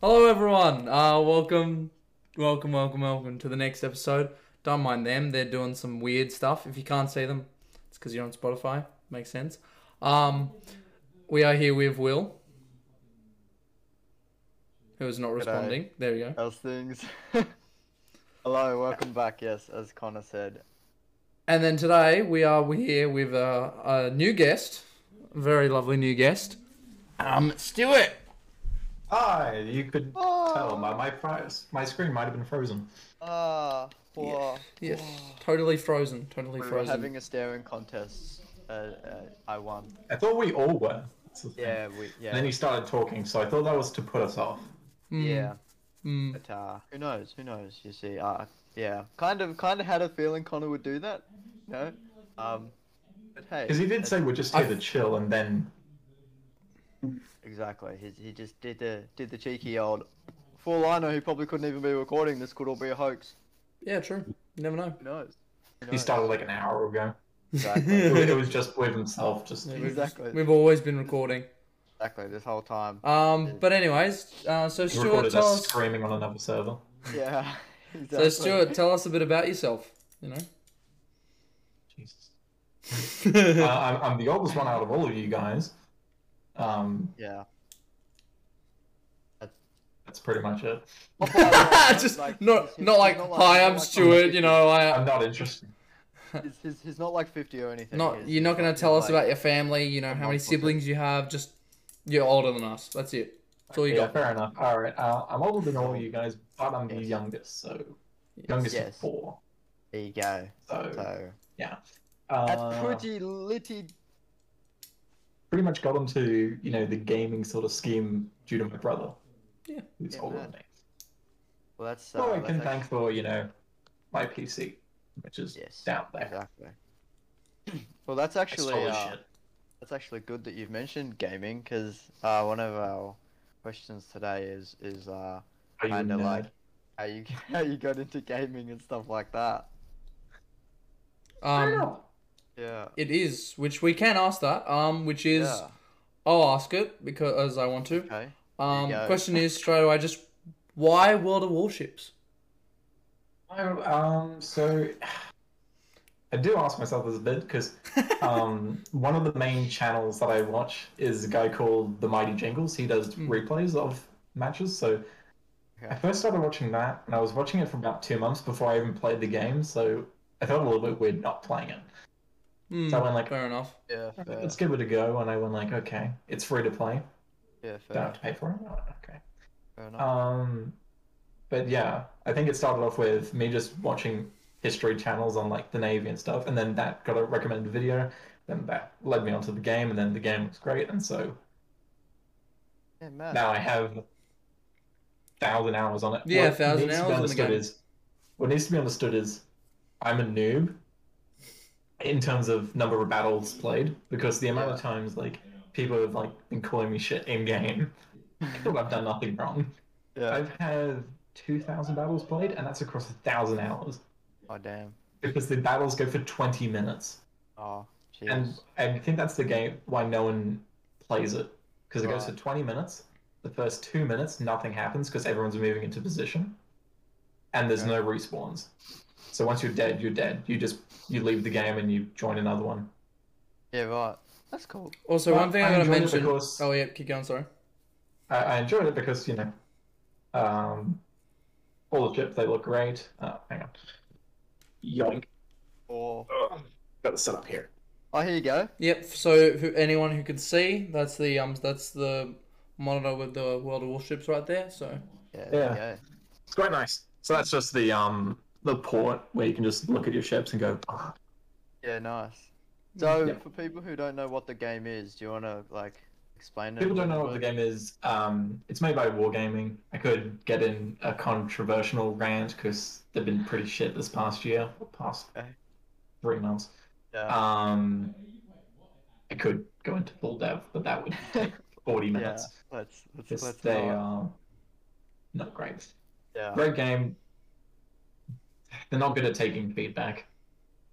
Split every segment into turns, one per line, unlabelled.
Hello, everyone. Uh, welcome, welcome, welcome, welcome to the next episode. Don't mind them; they're doing some weird stuff. If you can't see them, it's because you're on Spotify. Makes sense. Um, we are here with Will, who is not responding. There we go.
How's things? Hello, welcome back. Yes, as Connor said,
And then today we are here with a, a new guest, a very lovely new guest. Um, Stuart.
Hi, you could tell my my price, my screen might have been frozen.
ah, whoa,
Yes, totally frozen. Totally
we were
frozen.
having a staring contest. Uh, uh, I won.
I thought we all were. That's the thing.
Yeah, we yeah
And then you started talking, so I thought that was to put us off.
yeah.
Mm.
But uh, who knows? Who knows? You see, uh, yeah, kind of kind of had a feeling Connor would do that. No, um, but hey,
Because he did
that's-
say we're just here
I-
to chill, and then
exactly. He he just did the did the cheeky old. For all I know, he probably couldn't even be recording. This could all be a hoax.
Yeah, true. You never know.
Who knows? Who
he
knows?
started like an hour ago. It was-
exactly.
it was just with himself, just
Yeah.
exactly.
We've always been recording.
Exactly. This whole time.
Um, but anyways, uh, so
he
Stuart,
recorded
tell
us
us.
screaming on another server.
Yeah.
So
Exactly.
Stuart, tell us a bit about yourself. You
Jesus. uh,
know.
I'm, I'm the oldest one out of all of you guys. Um,
Yeah.
that's pretty much it.
just not not like hi, I'm Stuart. You know, I
I'm not interested.
He's, he's, he's not like fifty or anything.
not.
He's-
You're not
he's
gonna
like-
tell
he's
us
like-
about your family. You know how many siblings you have. Just you're older than us. That's it. That's all you
yeah,
got.
fair enough. All right, uh, I'm older than all of you guys, but I'm the
Yes.
youngest, so
Um,
youngest of
Yes.
four.
There you go.
Oh.
So,
So
uh,
that's pretty litty.
pretty much got onto you know the gaming sort of scheme due to my brother.
Yeah.
who's
Yeah,
older
man.
than me.
Well, that's. Uh,
So I
that's
can
actually-
thank for you know my PC, which is
Yes.
down there.
Exactly. Well, that's
It's
actually
totally
uh,
shit.
that's actually good that you've mentioned gaming because uh, one of our questions today is is uh,
Are you a
kinda
nerd?
like- how you how you got into gaming and stuff like that.
Fair
Um,
enough.
Yeah.
it is, which we can ask that. Um, which is
yeah.
I'll ask it because I want to.
Okay.
Um,
go.
question is straight away just why World of Warships?
Oh, um, so I do ask myself this a bit because um, one of the main channels that I watch is a guy called The Mighty Jingles. He does
Hmm.
replays of matches. So I
Okay.
first started watching that, and I was watching it for about two months before I even played the game. So I felt a little bit weird not playing it.
Hmm,
So I went like,
fair enough.
Yeah. Fair.
let's give it a go. And I went like, okay, it's free to play.
Yeah.
Don't
Fair.
have to pay for it. Oh, okay.
fair enough.
Um, but yeah, I think it started off with me just watching history channels on like the Navy and stuff, and then that got a recommended video, then that led me onto the game, and then the game was great, and so
Yeah, man.
now I have thousand hours on it.
Yeah, 1,000
needs to be
hours on the
understood
game.
Is, what needs to be understood is I'm a noob in terms of number of battles played because the amount of times like people have like been calling me shit in game. I thought I've done nothing wrong.
yeah.
I've had two thousand battles played, and that's across a thousand hours
Oh damn.
because the battles go for twenty minutes,
Oh. Jeez.
and I think that's the game why no one plays it because it goes for
Right.
twenty minutes. The first two minutes, nothing happens because everyone's moving into position, and there's
Okay.
no respawns. So once you're dead, you're dead. You just you leave the game and you join another one.
Yeah. Right. That's cool.
Also,
Well,
one thing
I
I'm going to
enjoyed it
mention.
because-
Oh yeah, keep going. Sorry.
I, I enjoyed it because you know, um, all the ships they look great. Oh, hang on, yoink.
Or
Got the setup here.
oh, here you go.
Yep. So who, anyone who can see, that's the um, that's the monitor with the World of Warships right there. So
Yeah. There
Yeah.
You go.
It's quite nice. So that's just the um the port where you can just look at your ships and go. "Ah."
Yeah. Nice. So
Yeah.
for people who don't know what the game is, do you want to like explain it?
People don't know what the game is. Um, it's made by Wargaming. I could get in a controversial rant because they've been pretty shit this past year, or past
Okay.
three months.
Yeah.
Um, I could go into full dev, but that would take forty
Yeah,
minutes.
let's let's
Because
let's
they um,
not.
are not great.
yeah.
Great game. They're not good at taking feedback.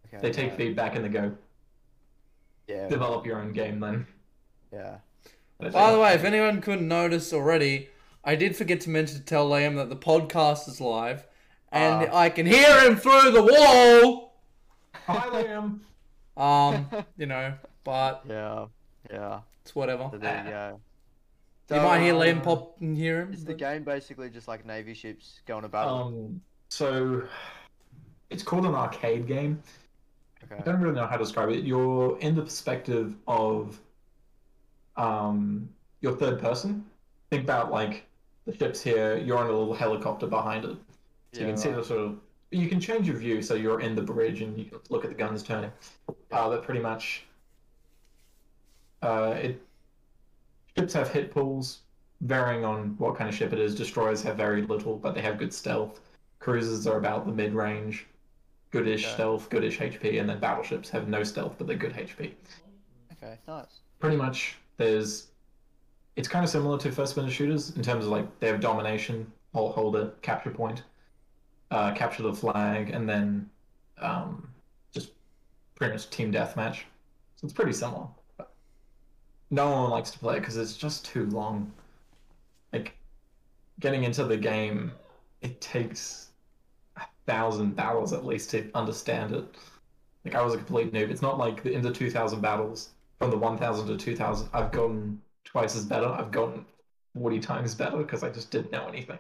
Okay,
They take
right.
feedback and they go,
Yeah.
develop your own game then.
Yeah.
But,
by the
uh,
way, if anyone couldn't notice already, I did forget to mention to tell Liam that the podcast is live, and
Ah.
I can hear him through the wall.
Hi, Liam.
Um, you know, but
Yeah, yeah.
it's whatever.
So there you go.
you might hear
uh,
Liam pop and hear him.
um, Is the
but-
game basically just like navy ships going to battle?
Um, so it's called an arcade game. I
okay.
don't really know how to describe it. You're in the perspective of um, your third person. Think about like the ship's here. You're in a little helicopter behind it, so you
Yeah,
can see
right.
the sort of. You can change your view, so you're in the bridge and you can look at the guns turning. Uh, but pretty much, uh, it ships have hit pools varying on what kind of ship it is. Destroyers have very little, but they have good stealth. Cruisers are about the mid range, goodish
Okay.
stealth, goodish HP, and then battleships have no stealth, but they're good HP.
Okay. Nice.
Pretty much, there's. It's kind of similar to first person shooters in terms of like they have domination, hold, hold it, capture point, uh, capture the flag, and then um, just pretty much team deathmatch. So it's pretty similar. But no one likes to play it because it's just too long. Like getting into the game, it takes a thousand battles at least to understand it. Like I was a complete noob. It's not like the, in the two thousand battles from the one thousand to two thousand, I've gotten twice as better. I've gotten forty times better because I just didn't know anything.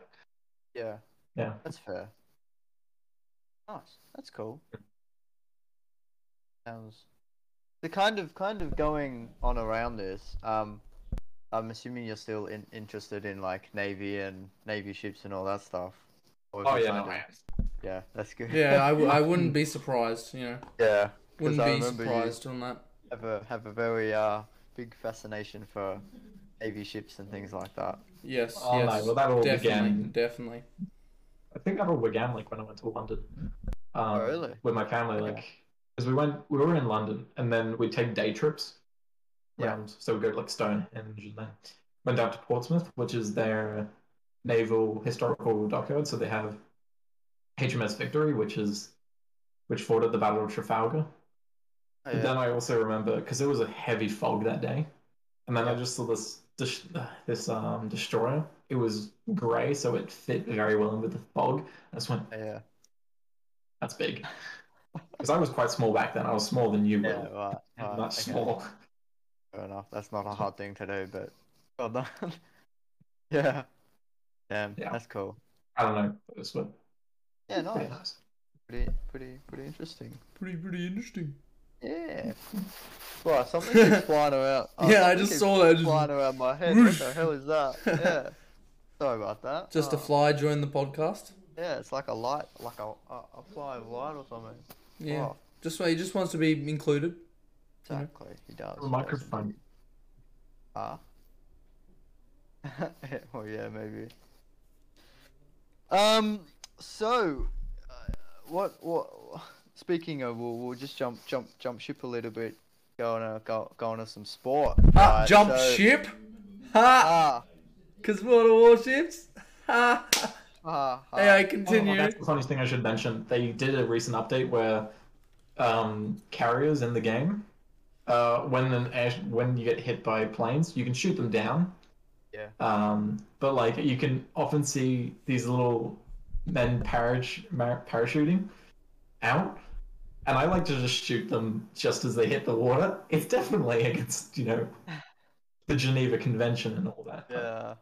Yeah.
Yeah.
That's fair. Nice. That's cool. Sounds. The kind of kind of going on around this. Um, I'm assuming you're still in, interested in like navy and navy ships and all that stuff. Or have
Oh
you
yeah,
kinda-
no,
yeah. That's good.
Yeah, I, w- I wouldn't be surprised. You know,
yeah.
wouldn't
I
be
remember you-
surprised on that.
Have a have a very uh big fascination for navy ships and things like that.
Yes,
Oh,
yes,
no, well, that all
definitely,
began-
definitely.
I think that all began like when I went to London. Um,
Oh, really?
With my family,
Okay.
like, because we went, we were in London, and then we'd take day trips.
Yeah.
Around, so we go to like Stonehenge, and then went down to Portsmouth, which is their naval historical dockyard. So they have HMS Victory, which is which fought at the Battle of Trafalgar.
Oh,
But
yeah.
then I also remember because there was a heavy fog that day, and then I
Yeah.
just saw this dis- this um destroyer. It was grey, so it fit very well in with the fog. I just went,
Yeah.
that's big. Because I was quite small back then. I was smaller than you,
Yeah.
Will.
Right.
I'm
right,
Not
okay.
small.
Fair enough. That's not a hard thing to do, but well done. yeah. Damn,
Yeah.
that's cool.
I don't know. It was what-
Yeah, nice.
pretty nice.
Pretty, pretty, pretty interesting.
Pretty, pretty interesting.
Yeah. Well, something keeps flying around. oh,
yeah, I
something
just
keeps
saw that.
flying
Just,
around my head. What the hell is that? Yeah. Sorry about that.
just a
Oh,
fly joined the podcast.
Yeah, it's like a light, like a a, a fly of light or something.
Yeah,
Oh,
just he just wants to be included. know.
exactly. He does.
The microphone.
Ah. well, yeah, maybe. Um. So, uh, what? What? Speaking of, we'll, we'll just jump, jump, jump ship a little bit. Go on, a, go, go on to some sport.
Ah,
right?
jump
uh, So-
ship. Ha!
Ah,
Because World of Warships. Ha!
ah, ah.
Hey, I
Oh,
continue.
that's the funniest thing I should mention. They did a recent update where um, carriers in the game, uh, when an air- when you get hit by planes, you can shoot them down.
Yeah.
Um, but like you can often see these little men parach- mar- parachuting out, and I like to just shoot them just as they hit the water. It's definitely against you know the Geneva Convention and all that.
yeah.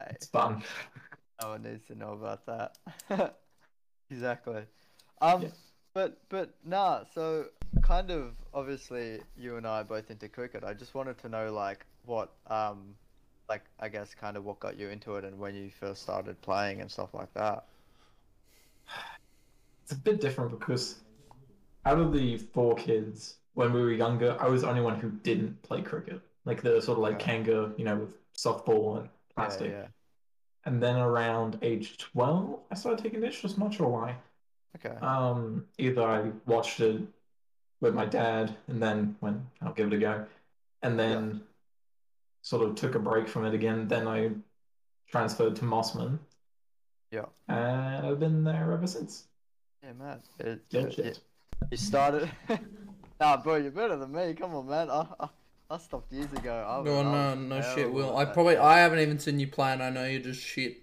Hey,
It's fun.
no one needs to know about that. exactly. Um.
Yeah.
But but nah, so kind of obviously you and I are both into cricket. I just wanted to know like what um like I guess kind of what got you into it and when you first started playing and stuff like that.
it's a bit different because out of the four kids when we were younger i was the only one who didn't play cricket like the sort of like
Yeah.
kangaroo you know with softball and
Yeah,
plastic
yeah.
and then around age 12 i started taking interest not sure why
Okay.
um either i watched it with my dad and then went i'll give it a go and then sort of took a break from it again then i transferred to mossman
Yeah.
and i've been there ever since
yeah, man. It,
Dog
it-
shit.
it- you started Nah, bro, you're better than me. Come on, man. I, I, I stopped years ago. I was,
No,
I
no,
was
no shit,
terrible
Will.
at
I
that.
probably, I haven't even seen you play, and I know you're just shit.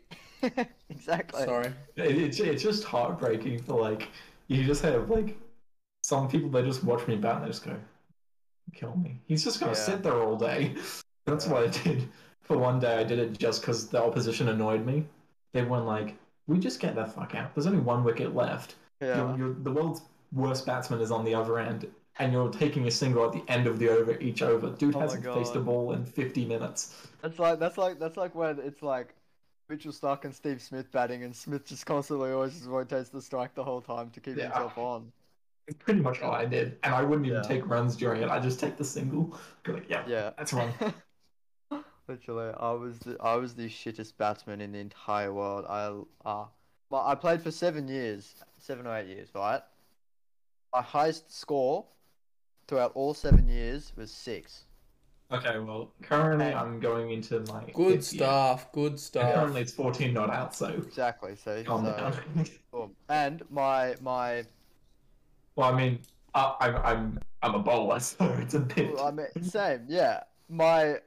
exactly.
Sorry.
It, it's, it's just heartbreaking for like you just have like some people they just watch me bat and they just go, kill me. He's just gonna
Yeah.
sit there all day. That's what I did. For one day, I did it just because the opposition annoyed me. They went like, "We just get the fuck out. There's only one wicket left.
Yeah.
You're, you're, the world's worst batsman is on the other end, and you're taking a single at the end of the over each over. Dude
Oh my
hasn't faced a
God.
ball in 50 minutes.
That's like that's like that's like when it's like Mitchell Stark and Steve Smith batting, and Smith just constantly always just rotates the strike the whole time to keep
Yeah.
himself on.
It's pretty much all I did, and I wouldn't even
Yeah.
take runs during it. I just take the single. Go like, yeah,
Yeah.
that's wrong.
Literally, I was the I was the shittest batsman in the entire world. I uh, well, I played for seven years, seven or eight years, right? My highest score throughout all seven years was six.
Okay, well, currently
Okay.
I'm going into my
Good
fifth year.
stuff. Good
And
stuff.
currently it's 14 not out, so
Exactly. So,
calm
so-
down.
boom. and my my
well, I mean, I, I'm I'm I'm a bowler, so it's a bit.
Well, I mean, same, yeah. My,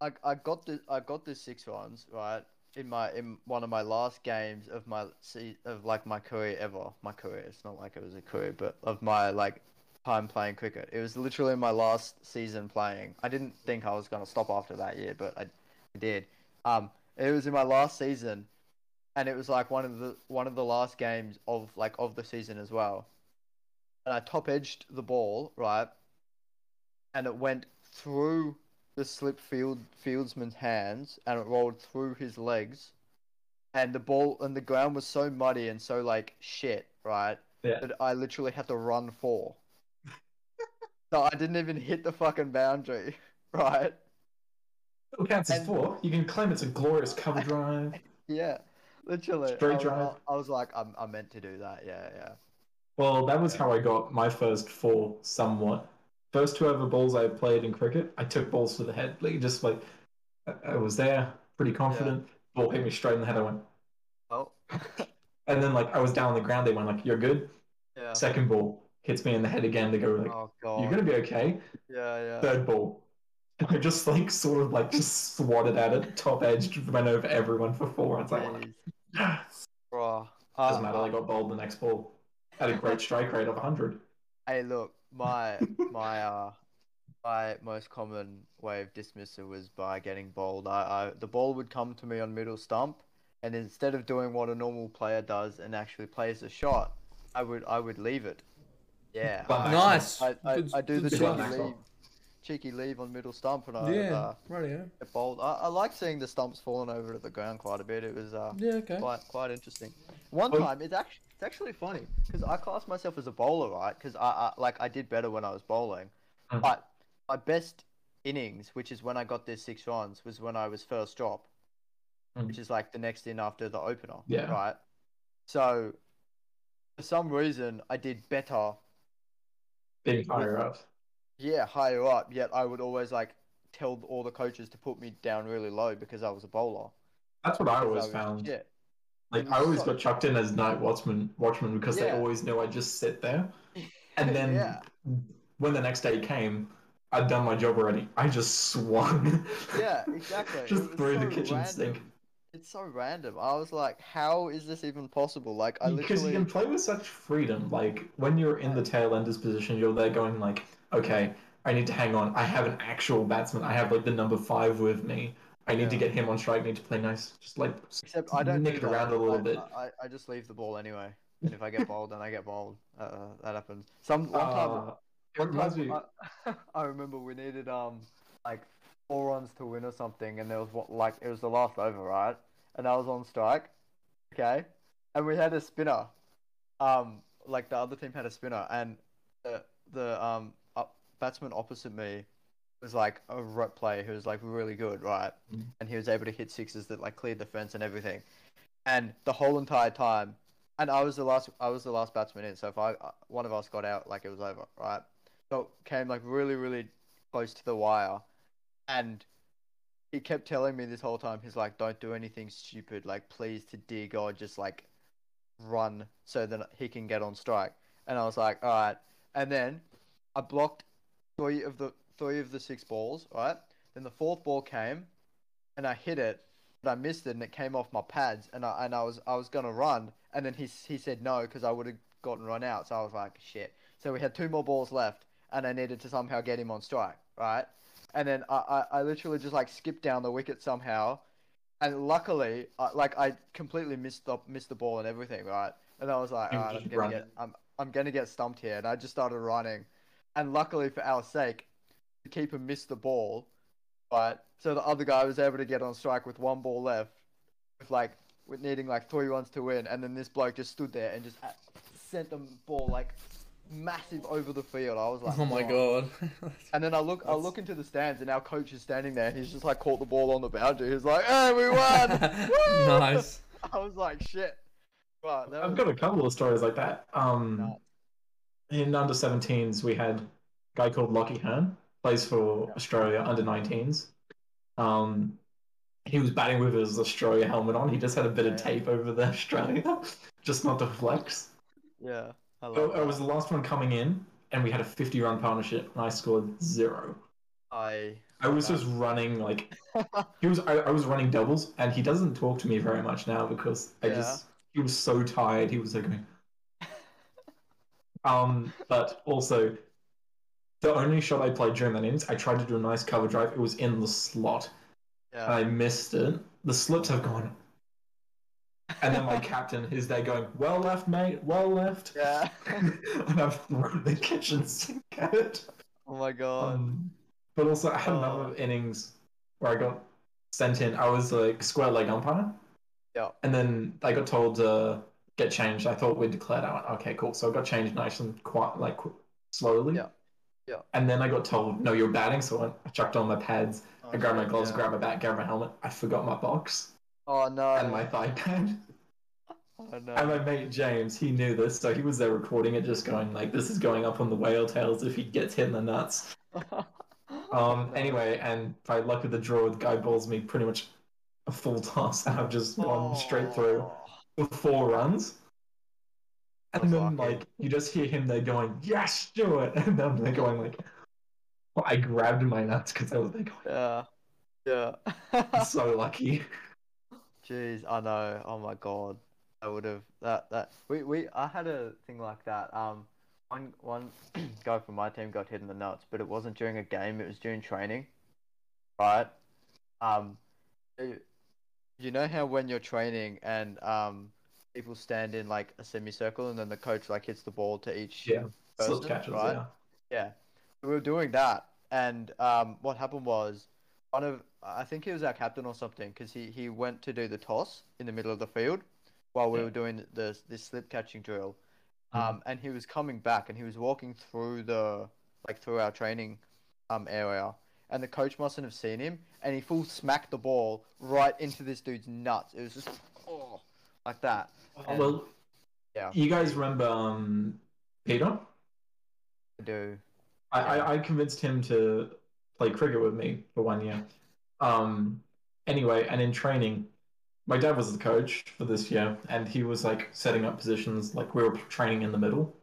I, I got the I got the six runs right in my in one of my last games of my se- of like my career ever. My career. It's not like it was a career, but of my like time playing cricket. It was literally my last season playing. I didn't think I was gonna stop after that year, but I, I did. Um, it was in my last season, and it was like one of the one of the last games of like of the season as well. And I top edged the ball right and it went through the slip field fieldsman's hands and it rolled through his legs and the ball and the ground was so muddy and so like shit right
Yeah.
that i literally had to run four so i didn't even hit the fucking boundary right
Who counts as
and-
four? You can claim it's a glorious cover drive.
yeah literally
Straight
I was,
drive.
I, I was like I'm, i meant to do that yeah yeah
Well, that was how I got my first four, somewhat. First two over balls I played in cricket, I took balls to the head. Like, just like, I- I was there, pretty confident. Ball hit me straight in the head. I went,
oh
and then like I was down on the ground. They went like, "You're good."
yeah
Second ball hits me in the head again. They go like,
oh god
"You're gonna be okay."
yeah yeah
Third ball. I just like sort of like just swatted at it, top edged, went over everyone for four. It's like
Jeez,
doesn't
bruh. Um,
matter. I got bowled the next ball. Had a great strike rate of 100.
Hey, look, my my uh my most common way of dismissal was by getting bowled. I, I the ball would come to me on middle stump, and instead of doing what a normal player does and actually plays a shot, I would I would leave it. Yeah,
Wow.
I,
Nice.
I, I,
Good-
I do
good
the
Good
cheeky
shot,
stuff.
leave,
Maxwell.
cheeky leave on middle stump, and I would,
Yeah.
uh,
Rightio.
get bowled. I, I like seeing the stumps falling over to the ground quite a bit. It was uh
Yeah. Okay.
quite quite interesting. One
Well-
time, it's actually it's actually funny because I classed myself as a bowler, right? Because I, I like I did better when I was bowling,
Mhm.
but my best innings, which is when I got these six runs, was when I was first drop,
Mm.
which is like the next in after the opener,
Yeah.
right? So for some reason, I did better,
Being higher up.
yeah, higher up. Yet I would always like tell all the coaches to put me down really low because I was a bowler.
That's what I
because
always
was-
found.
Yeah,
Like I always got chucked in as night watchman, watchman because they
Yeah.
always knew I just sit there. And then
Yeah.
when the next day came, I'd done my job already. I just swung.
yeah, exactly. It
just
was
threw
so
the kitchen
random.
sink.
It's so random. I was like, how is this even possible? Like, I
because you
literally.
can play with such freedom. Like when you're in the tail ender's position, you're there going like, okay, I need to hang on. I have an actual batsman. I have like the number five with me. I need to
Yeah.
get him on strike. Need to play nice. Just like
Except I don't.
nick
do
it
that.
around a little
I,
bit.
I, I- I just leave the ball anyway. And if I get bowled, then I get bowled. Uh, that happens. Some one time.
Uh, it
one
reminds me.
time I, I remember we needed um like four runs to win or something, and there was what like it was the last over, right? And I was on strike. Okay, and we had a spinner. Um, like the other team had a spinner, and the the um up, batsman opposite me was like a rep player who was like really good, right?
Mm.
And he was able to hit sixes that like cleared the fence and everything. And the whole entire time, and I was the last I was the last batsman in. So if I uh, one of us got out, like it was over, right? So it came like really really close to the wire, and he kept telling me this whole time. He's like, "Don't do anything stupid. Like, please, to dear God, just like run so that he can get on strike." And I was like, "All right." And then I blocked three of the three of the six balls, right? Then the fourth ball came, and I hit it, but I missed it, and it came off my pads, and I and I was I was gonna run, and then he s- he said no because I would have gotten run out, so I was like shit. So we had two more balls left, and I needed to somehow get him on strike, right? And then I I, I literally just like skipped down the wicket somehow, and luckily I, like I completely missed the missed the ball and everything, right? And I was like,
You
Alright, I'm
just
gonna
run
get
it.
I'm I'm gonna get stumped here, and I just started running, and luckily for our sake, the keeper missed the ball, but so the other guy was able to get on strike with one ball left, with like with needing like three runs to win, and then this bloke just stood there and just a- sent the ball like massive over the field. I was like,
Oh my
"Wow."
god.
And then I look, I look into the stands, and our coach is standing there. He's just like caught the ball on the boundary. He's like, "Hey, we won!" Woo!"
nice.
I was like, "Shit!" But that
I've
was
got a couple of stories like that. Um,
nuts.
in under 17s, we had a guy called Lockie Hearn, plays for Australia under 19s. Um, he was batting with his Australia helmet on. He just had a bit of
Yeah.
tape over the Australia, just not to flex.
yeah. I
So
love
Oh, I was
that.
the last one coming in, and we had a 50 run partnership, and I scored zero.
I
I was just running like he was. I, I was running doubles, and he doesn't talk to me very much now because I
Yeah.
just he was so tired. He was like, going, um, but also the only shot I played during that innings, I tried to do a nice cover drive. It was in the slot, and
yeah.
I missed it. The slips have gone, and then my captain is there going, "Well left, mate. Well left,"
yeah.
and I've thrown the kitchen sink at it.
Oh my god.
Um, but also, I had a number
Uh.
of innings where I got sent in. I was like square leg umpire.
Yeah.
And then I got told to get changed. I thought we declared out. Okay, cool. So I got changed nice and quite like qu- slowly.
Yeah. Yeah.
And then I got told, no, you're batting. So I went- I chucked on my pads.
Oh,
I grabbed my
no,
gloves,
yeah.
grabbed my bat, grabbed my helmet. I forgot my box
Oh no.
and my thigh pad.
oh no.
And my mate James, he knew this, so he was there recording it, just going like, "This is going up on the whale tails if he gets hit in the nuts." Um.
No.
Anyway, and by luck of the draw, the guy bowls me pretty much a full toss, and I've just gone um, straight through
Oh.
with four runs.
That's
And then,
lucky.
like, you just hear him there going, "Yes, do it!" And then they're going like, well, "I grabbed my nuts because I was like,
Yeah. Yeah.
I'm so lucky."
Jeez, I know. Oh my god. I would have that that we, we I had a thing like that. Um one one guy from my team got hit in the nuts, but it wasn't during a game, it was during training. Right? Um you- you know how when you're training and um people stand in like a semicircle and then the coach like hits the ball to each
Yeah. Slip
Person,
catches,
right?
yeah.
yeah, we were doing that, and um, what happened was one of I think he was our captain or something because he he went to do the toss in the middle of the field while we
Yeah.
were doing the this slip catching drill,
Mhm.
um, and he was coming back and he was walking through the like through our training um area. And the coach mustn't have seen him, and he full smacked the ball right into this dude's nuts. It was just oh, like that.
Oh, well,
Yeah.
You guys remember um, Peter?
Do
I, I, I convinced him to play cricket with me for one year. Um, anyway, and in training, my dad was the coach for this year, and he was like setting up positions. Like we were training in the middle.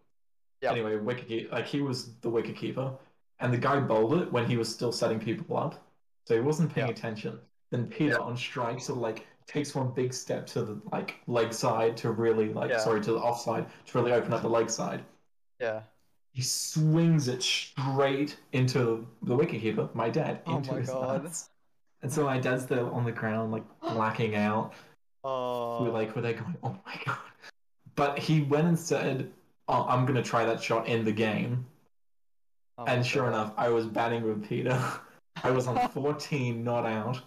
Yeah.
Anyway, wicket keep- like he was the wicket keeper, and the guy bowled it when he was still setting people up, so he wasn't paying
Yeah.
attention. Then Peter on strike sort of like takes one big step to the like leg side to really like
Yeah.
sorry to the offside to really open up the leg side
yeah.
he swings it straight into the wicketkeeper, my dad,
Oh
into
my
his
God.
nuts. And so my dad's there on the ground, like blacking out.
Oh,
We're like, we're there going, oh my god. But he went and said, oh, I'm gonna try that shot in the game.
oh my
and sure
God.
enough, I was batting with Peter. I was on 14, not out.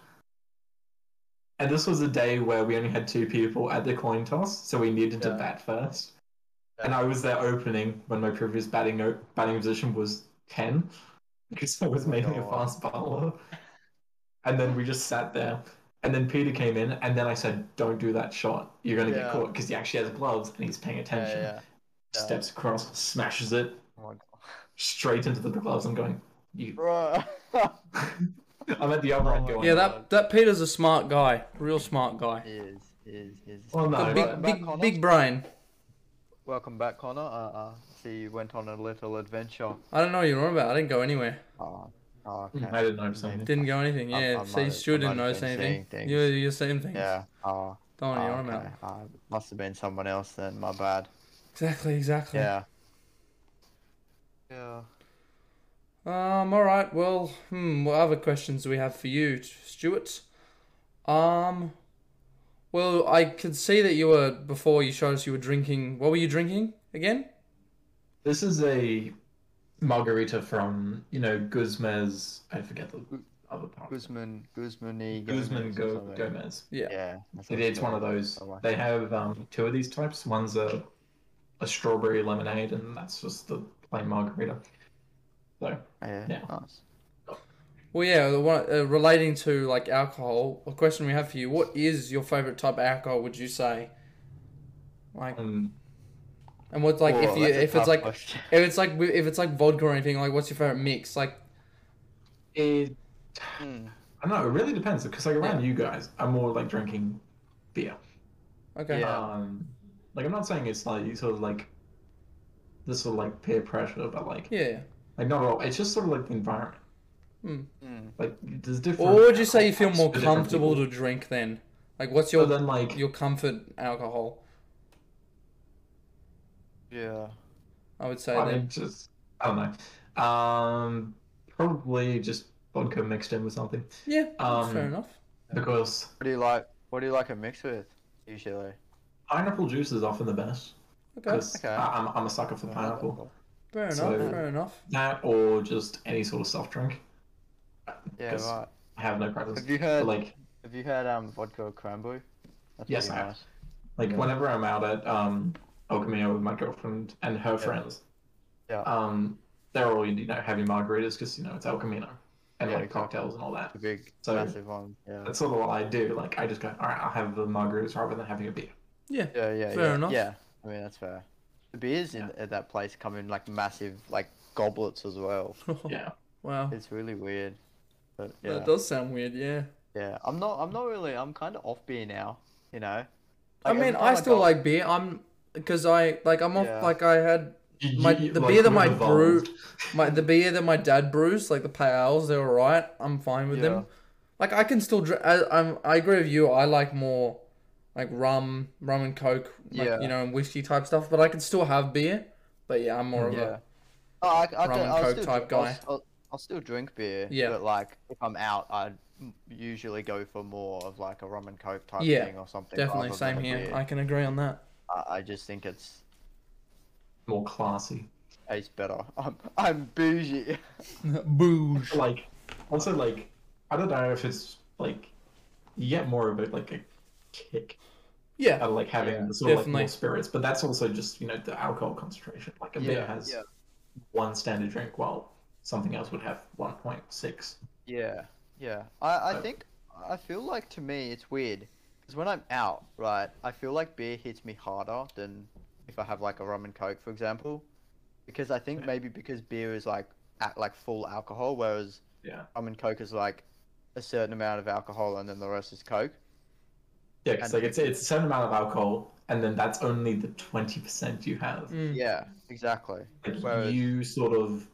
And this was a day where we only had two people at the coin toss, so we needed to
Yeah.
bat first.
Yeah.
And I was there opening when my previous batting o- batting position was 10, because I was
Oh my
mainly a
God.
fast bowler. And then we just sat there. And then Peter came in, and then I said, Don't do that shot. You're going to
Yeah.
get caught, because he actually has gloves and he's paying
Yeah,
attention.
yeah. yeah.
Steps across, smashes it
Oh my god.
straight into the gloves. I'm going, You
Bro.
I'm at the other end
Oh,
going.
Yeah, that that Peter's a smart guy. Real smart guy.
he is, he is, he is.
Oh
The
no,
Welcome
big
back,
big
Connor.
big brain.
Welcome back, Connor. Uh, uh, see, you went on a little adventure.
I don't know what you're on about. I didn't go anywhere.
Uh, Oh, okay.
Mm, I didn't know something.
Didn't go anything.
I-
Yeah,
I
so you
might-
still
I might
didn't know
have been
anything.
seeing
You
things.
you're seeing things.
Yeah. Oh,
Don't
oh,
want to hear
okay.
about.
Uh, must have been someone else then. My bad.
Exactly. Exactly.
Yeah. Yeah.
Um. All right. Well. Hmm. What other questions do we have for you, Stuart? Um. Well, I could see that you were before you showed us you were drinking. What were you drinking again?
This is a margarita from you know Guzmez. I forget the other part.
Guzman, Guzman y
Guzman
Gomez or
Go-
something.
Gomez.
Yeah.
Yeah. that's what Oh,
It's one of
called.
those.
I like
They
it.
have um, two of these types. One's a a strawberry lemonade, and that's just the plain margarita. So
Yeah.
yeah.
nice.
Well, yeah. The one uh, relating to like alcohol. A question we have for you: What is your favorite type of alcohol? Would you say? Like,
um,
and what's like if
Whoa,
you
that's
if
a
it's
tough
like
question.
if it's like if it's like vodka or anything like what's your favorite mix? Like,
it,
Hmm.
I don't know. It really depends because like around you guys, I'm more like drinking beer.
okay.
Yeah.
Um, like I'm not saying it's like you sort of like this sort of like peer pressure, but like
Yeah.
like not at all. It's just sort of like the environment.
Hmm.
Like there's different.
Or would you say you feel
types
more
for different
comfortable
people.
to drink then? Like, what's
So
your
then like
your comfort alcohol?
Yeah.
I would say
I
then.
mean, just I don't know. Um, probably just vodka mixed in with something
Yeah, that's
um,
fair enough.
because
What do you like? What do you like a mix with? Usually.
pineapple juice is often the best.
Okay,
Because
Okay.
I'm I'm a sucker for pineapple.
fair enough.
so-
fair enough.
That or just any sort of soft drink.
Yeah.
'Cause
Right.
I have no preference.
Have you
But,
heard?
like
Have you had um vodka or cranberry? That's
Yes,
pretty
I have.
nice.
like
Yeah.
whenever I'm out at um El Camino with my girlfriend and her friends,
Yeah.
um, they're all you know having margaritas because you know it's El Camino and
Yeah,
like
exactly.
cocktails and all that.
The big
So-
massive one. Yeah.
That's sort of what I do. Like I just go, all right, I'll have the margaritas rather than having a beer.
Yeah,
Yeah. Yeah.
Fair
yeah.
enough.
Yeah. I mean that's fair. The beers in, at that place come in like massive like goblets as well.
Yeah.
wow,
It's really weird. But yeah.
that does sound weird. Yeah,
Yeah, I'm not. I'm not really. I'm kind of off beer now. You know.
I
Like, every
mean,
time
I still
go-
like beer. I'm because I like I'm off
Yeah.
like I had
You-
My-
you-
the beer that
we've
my brew-
evolved.
my the beer that my dad brews, like the pales. They're all right. I'm fine with
Yeah.
them. Like I can still drink. I, I'm I agree with you. I like more like rum, rum and coke, like,
Yeah.
you know, and whiskey type stuff. But I can still have beer. But yeah, I'm more of
Yeah.
a
Oh, I, I,
rum
can-
and
I'll
coke
still,
type
I'll,
guy.
s- I'll, I'll still drink beer.
Yeah.
But like, if I'm out, I usually go for more of like a rum and coke type
Yeah,
thing or something.
definitely
rather
same
than a
here.
beer.
I can agree on that.
I, I just think it's
more classy.
it's better. I'm I'm bougie.
Booge.
Like, also like, I don't know if it's like, you get more of a like a kick
Yeah.
out of like having
Yeah,
the sort of like
definitely.
more spirits, but that's also just you know the alcohol concentration. Like a beer
Yeah,
has
yeah.
one standard drink, while something else would have one point six.
Yeah, yeah. I, I
But-
think I feel like to me it's weird because when I'm out, right, I feel like beer hits me harder than if I have like a rum and coke, for example, because I think
Yeah.
maybe because beer is like at like full alcohol, whereas
Yeah.
rum and coke is like a certain amount of alcohol and then the rest is coke.
Yeah, because
And-
like it's it's a certain amount of alcohol, and then that's only the twenty percent you have.
Mm.
Yeah, exactly.
Like
Whereas-
you sort of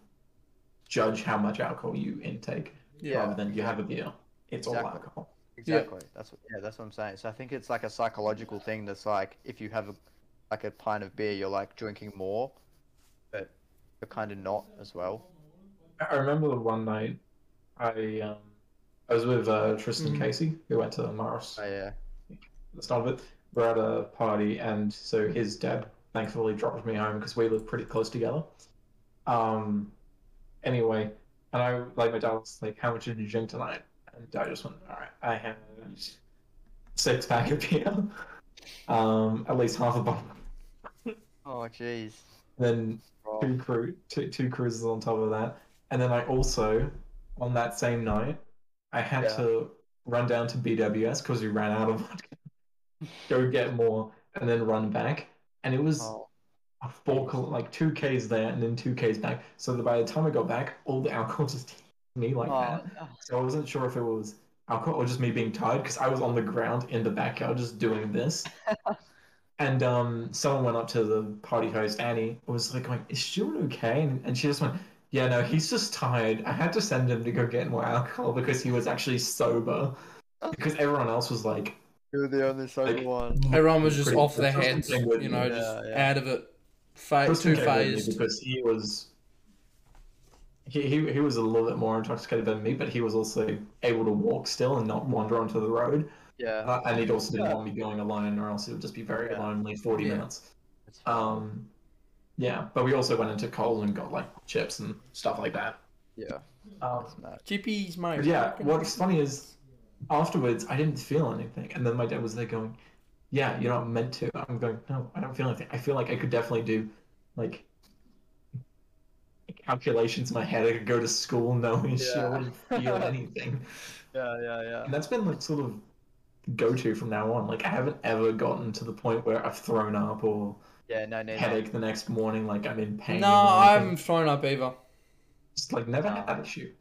judge how much alcohol you intake
Yeah.
rather than you have a beer. It's all
Exactly.
alcohol.
Exactly. That's what, yeah, that's what I'm saying. So I think it's like a psychological thing that's like if you have a, like a pint of beer, you're like drinking more, but you're kind of not as well.
I remember the one night I um, I was with uh, Tristan
Mhm.
Casey, who went to Mars
Oh yeah.
at the start of it. We're at a party, and so his dad thankfully dropped me home because we live pretty close together. Um, anyway, and I like my dad was like, "How much did you drink tonight?" And I just went, "All right, I had six pack of beer, um, at least half a bottle,
Oh jeez.
then
Oh,
two cru- two, two cruises on top of that, and then I also on that same night I had
Yeah.
to run down to BWS because we ran out of vodka, go get more, and then run back, and it was
oh,
a four kil- like two k's there and then two k's back. So that by the time I got back, all the alcohol just hit me like
oh,
that. So I wasn't sure if it was alcohol or just me being tired because I was on the ground in the backyard just doing this. and um, someone went up to the party host, Annie, and was like, going, Is Stuart okay? And, and she just went, Yeah, no, he's just tired. I had to send him to go get more alcohol because he was actually sober. Because everyone else was like,
You're the only sober one.
Everyone was just
pretty-
off their
Justin
heads,
Hayward-
you know,
Yeah,
just
yeah.
out of it. Fa-
Justin
too
Hayward knew
phased.
because he was he, he he was a little bit more intoxicated than me, but he was also able to walk still and not wander onto the road.
Yeah.
Uh, and he also didn't want me going alone, or else it would just be very
Yeah.
lonely. Forty
Yeah.
minutes. Um, yeah, but we also went into Coles and got like chips and stuff like that.
yeah.
Um,
Oh.
Chippies, mate.
but yeah, what's funny is afterwards I didn't feel anything, and then my dad was there going, "Yeah, you're not meant to." I'm going, "No, I don't feel anything. I feel like I could definitely do, like, calculations in my head. I could go to school knowing she
Yeah.
wouldn't feel anything."
Yeah, yeah, yeah.
And that's been like sort of go-to from now on. Like I haven't ever gotten to the point where I've thrown up or
Yeah, no need.
headache the next morning, like I'm in pain.
No,
or
I
anything.
haven't thrown up either.
just like never had that issue.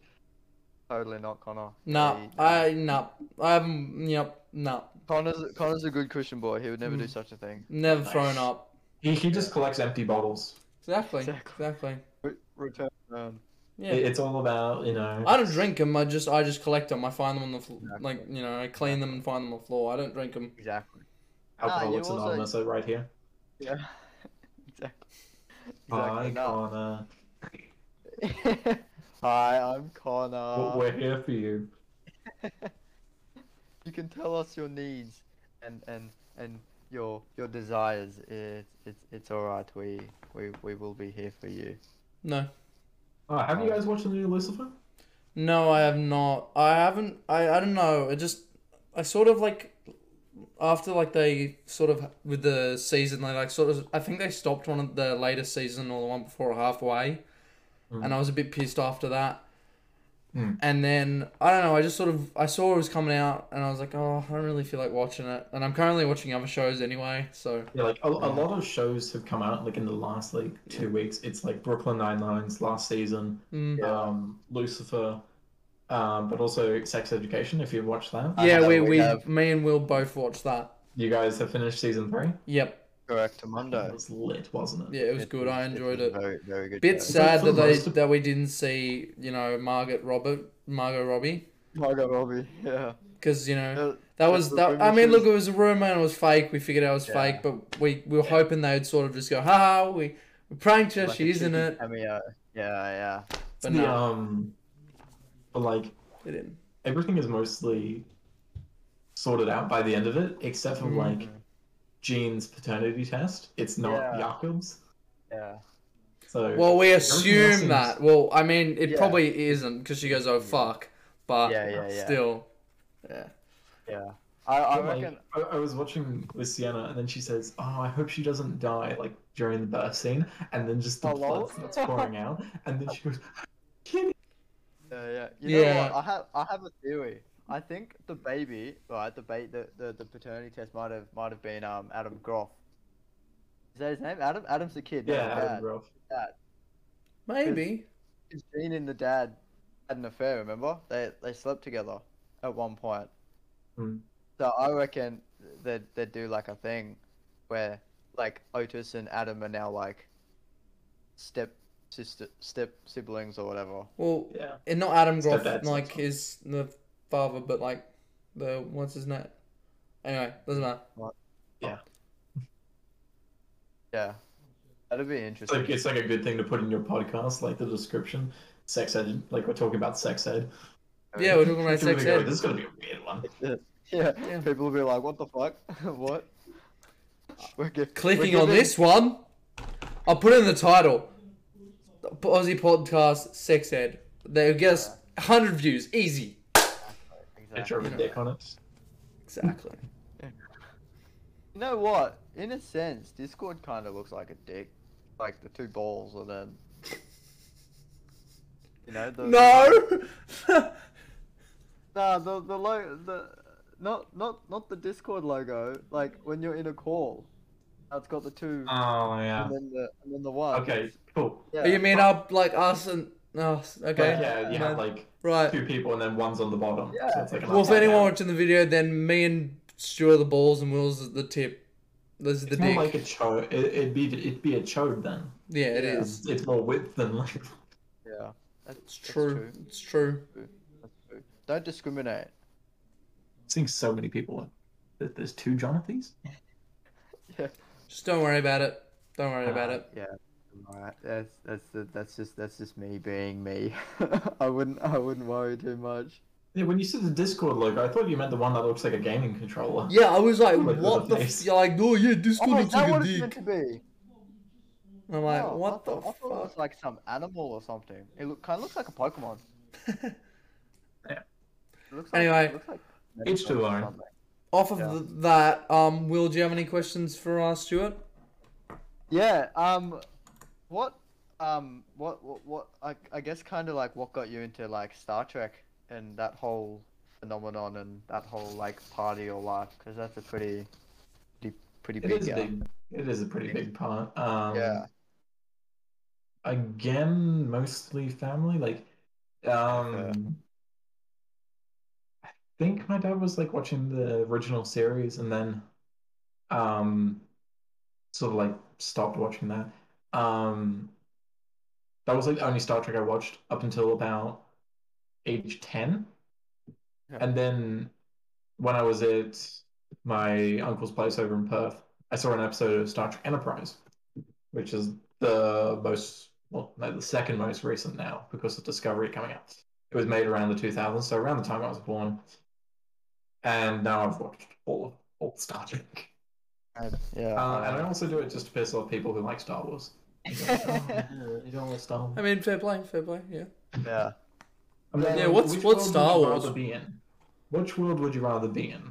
Totally not Connor.
Nah,
He-
I nah, I haven't. Yep, nah,
Connor's Connor's a good cushion boy. He would never do
Mm.
such a thing.
never
Nice.
thrown up.
He, he just collects empty bottles.
Exactly,
Exactly.
exactly.
Re- Return. Um,
Yeah,
It- It's all about you know.
I don't drink them. I just I just collect them. I find them on the floor,
Exactly.
like you know, I clean them and find them on the floor. I don't drink them.
exactly.
Alcoholics
Ah, you also-
Anonymous are right here.
Yeah. exactly.
Hi,
Exactly. nah.
Connor.
Hi, I'm Connor.
We're- We're here for you.
You can tell us your needs and and and your your desires. It's it's it's all right. We we we will be here for you.
No,
Oh, have
uh,
you guys watched the new Lucifer?
no, I have not. I haven't. I I don't know. It just I sort of like after like they sort of with the season they like sort of I think they stopped one of the latest season or the one before halfway,
Mm.
and I was a bit pissed after that.
Mm.
And then I don't know. I just sort of I saw it was coming out, and I was like, oh, I don't really feel like watching it. And I'm currently watching other shows anyway, so
Yeah, like a, a lot of shows have come out like in the last like two weeks. It's like Brooklyn Nine Nine's last season,
mm.
Yeah.
um, Lucifer, um, but also Sex Education. If you've watched that,
I
yeah,
know
we,
we
we
have-
me and Will both watched that.
you guys have finished season three.
Yep.
Correct,
It
Amundo.
was lit, wasn't it?
Yeah, it was good. I enjoyed it.
Very very good.
Bit
show.
sad
for the
that they
most of-
that we didn't see you know Margaret Robert Margot Robbie
Margot Robbie. Yeah.
because you know
Uh,
that
That's
was
the
that. I
rumor
mean,
she
look,
was-
it was a rumor and it was fake. We figured out it was
Yeah.
fake, but we we were hoping they'd sort of just go, ha, ha, we we pranked her.
like
she
a
isn't
cheeky
it,
Cameo. Yeah, yeah.
but
The,
no,
um, but like
they didn't.
everything is mostly sorted out by the end of it, except for
Mm.
Mhm.
like Jean's paternity test. It's not
Yeah.
Jacob's.
Yeah.
So
Well, we
else
assume
seems-
that. Well, I mean, it
Yeah.
probably isn't because she goes, oh fuck, but
Yeah, yeah, yeah.
still, yeah.
Yeah. I, I
Like,
reckon
I, I was watching with Sienna, and then she says, "Oh, I hope she doesn't die like during the birth scene," and then just the
Oh, lol.
blood starts pouring out, and then she goes, "Kitty."
Yeah, yeah. You know
Yeah.
what? I have I have a theory. I think the baby, right? The ba- the, the, the paternity test might have might have been um Adam Groff. Is that his name? Adam Adam's the kid. not
Yeah,
the
Adam
dad.
Ralph.
Maybe.
His Gene and the dad had an affair. Remember? They they slept together at one point.
Hmm.
So I reckon they they do like a thing where like Otis and Adam are now like step sister step siblings or whatever.
Well,
Yeah,
and not Adam
Step
Groff,
dad's
like
not-
his the father, but like the what's his name? Anyway, doesn't matter.
Yeah, that'd be
it's
interesting.
like it's like a good thing to put in your podcast, like the description, sex ed. Like we're talking about sex ed.
Yeah, we're talking about
People are
sex
gonna go,
ed.
This is gonna be a weird one.
Yeah.
Yeah.
People will be like, what the fuck? what? We're gi- we're
Clicking on
giving-
this one, I'll put in the title. Aussie podcast sex ed. They'll get us hundred views, easy.
Picture of a
Exactly.
dick on it.
Exactly.
You know what? In a sense, Discord kind of looks like a dick. Like the two balls and then. You know, the.
No.
Nah, the, the lo- the Not, not, not the Discord logo. Like when you're in a call, that's got the two
Oh yeah.
and then the and then the one.
Okay, cool.
Yeah.
But you mean up like us and us?
Like,
Okay.
yeah, you have
No.
like
Right.
two people, and then one's on the bottom.
Yeah.
So it's like an
Well, for
upside
anyone
down.
watching the video, then me and Stu are the balls and Will's is the tip. This is the
It's more
dick.
like a chode. It, it'd be it'd be a chode then.
Yeah, it
Yeah.
is.
It's, it's more width than like.
Yeah. That's,
It's true. It's true.
That's true. Don't discriminate.
seeing so many people. That there's two Jonathans.
Yeah.
Just don't worry about it. Don't worry about
Ah.
it.
Yeah. Alright. That's that's that's just that's just me being me. I wouldn't I wouldn't worry too much.
Yeah, when you said the Discord logo, I thought you meant the one that looks like a gaming controller.
Yeah, I was like,
Oh my
what the?
goodness.
F-? You're like, oh yeah, Discord
Oh, is
looks
that
like
what
a
it's
dick.
meant to be?
I'm like,
Oh, I
what the
thought- I thought it was
fuck?
like some animal or something. It look, kind of looks like a Pokemon.
Yeah.
It looks like,
Anyway.
it looks like
Each to their own.
something.
Off of
Yeah.
th- that, um, Will, do you have any questions for us, Stuart?
Yeah. Um, what, um, what, what, what? I, I guess kind of like what got you into like Star Trek and that whole phenomenon and that whole like part of your life because that's a pretty, pretty, pretty
It
big.
is
uh,
big. It is a pretty big part. Um,
Yeah.
Again, mostly family. Like, um, I think my dad was like watching the original series and then, um, sort of like stopped watching that. Um, that was like the only Star Trek I watched up until about age ten,
Yeah.
and then when I was at my uncle's place over in Perth, I saw an episode of Star Trek Enterprise, which is the most, well, no, the second most recent now because of Discovery coming out. It was made around the 2000s, so around the time I was born. And now I've watched all of all of Star Trek.
Yeah.
Uh, and I
uh,
also do it just to piss off people who like Star Wars. They're like, "Oh, yeah, you don't like Star Wars.
I mean, fair play, fair play. Yeah.
yeah.
I'm like,
Yeah, what's-
which
what's
world
Star
would you
Wars?
rather be in? Which world would you rather be in?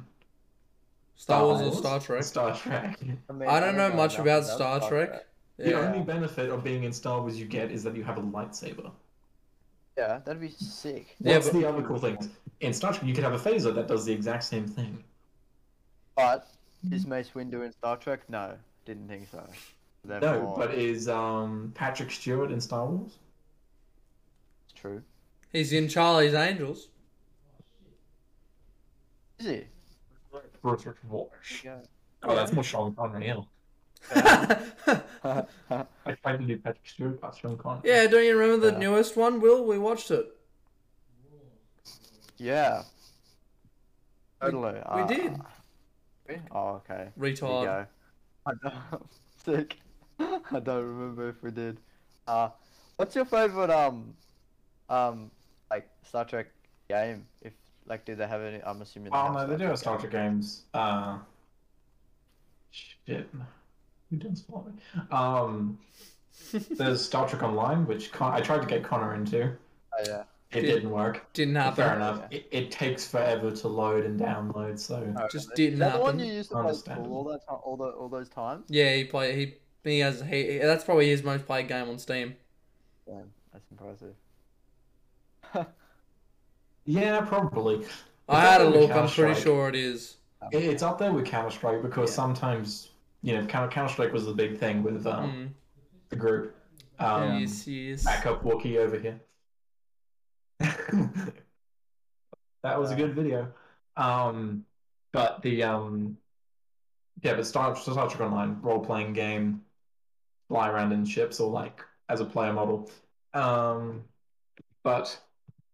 Star Wars or Star Trek?
Star Trek.
mean,
I don't know
enough
much about Star Trek.
The
Yeah.
only benefit of being in Star Wars you get is that you have a lightsaber.
Yeah, that'd be sick.
Yeah,
What's
but-
the other cool thing? In Star Trek, you could have a phaser that does the exact same thing.
But is Mace Windu in Star Trek? No, didn't think so.
No,
Therefore,
but is um, Patrick Stewart in Star Wars?
it's true.
He's in Charlie's Angels.
Is he?
Richard Walsh. Oh, that's more Sean Connery. Hill.
yeah,
Yeah.
I tried to do Patrick Stewart, but Sean Connery.
don't you remember the
Yeah.
newest one, Will? We watched it.
yeah. Totally. We,
did.
Oh, okay. There you
Retard.
go. I don't, sick. I don't remember if we did. Uh, what's your favorite um, um, like Star Trek game? If like, do they have any? I'm assuming.
Oh
have
no, they do have Star
game.
Trek games. Uh, shit, who does follow me? Um, there's Star Trek Online, which Con- I tried to get Connor into.
Oh, yeah.
It
Did-
didn't work.
Didn't
Fair
happen.
enough. It, it takes forever to load and download, so
Oh,
Just
really?
didn't
Is that the one
happen.
you used to play
Understandable.
school all that time, all, the, all those times?
Yeah, he play he he has he that's probably his most played game on Steam.
Damn, that's impressive.
yeah, probably.
I had a
It's up there
look.
with
I'm pretty
Counter-Strike.
sure it is.
It- It's up there with Counter Strike because
Yeah.
sometimes you know Counter Strike was the big thing with
Hmm.
um,
Mm.
the group. Um,
yes, yes.
Back up, Wookie over here. that was a good video. Um, but the um, yeah, but Star, Star Trek Online role playing game, fly around in ships or like as a player model. Um, but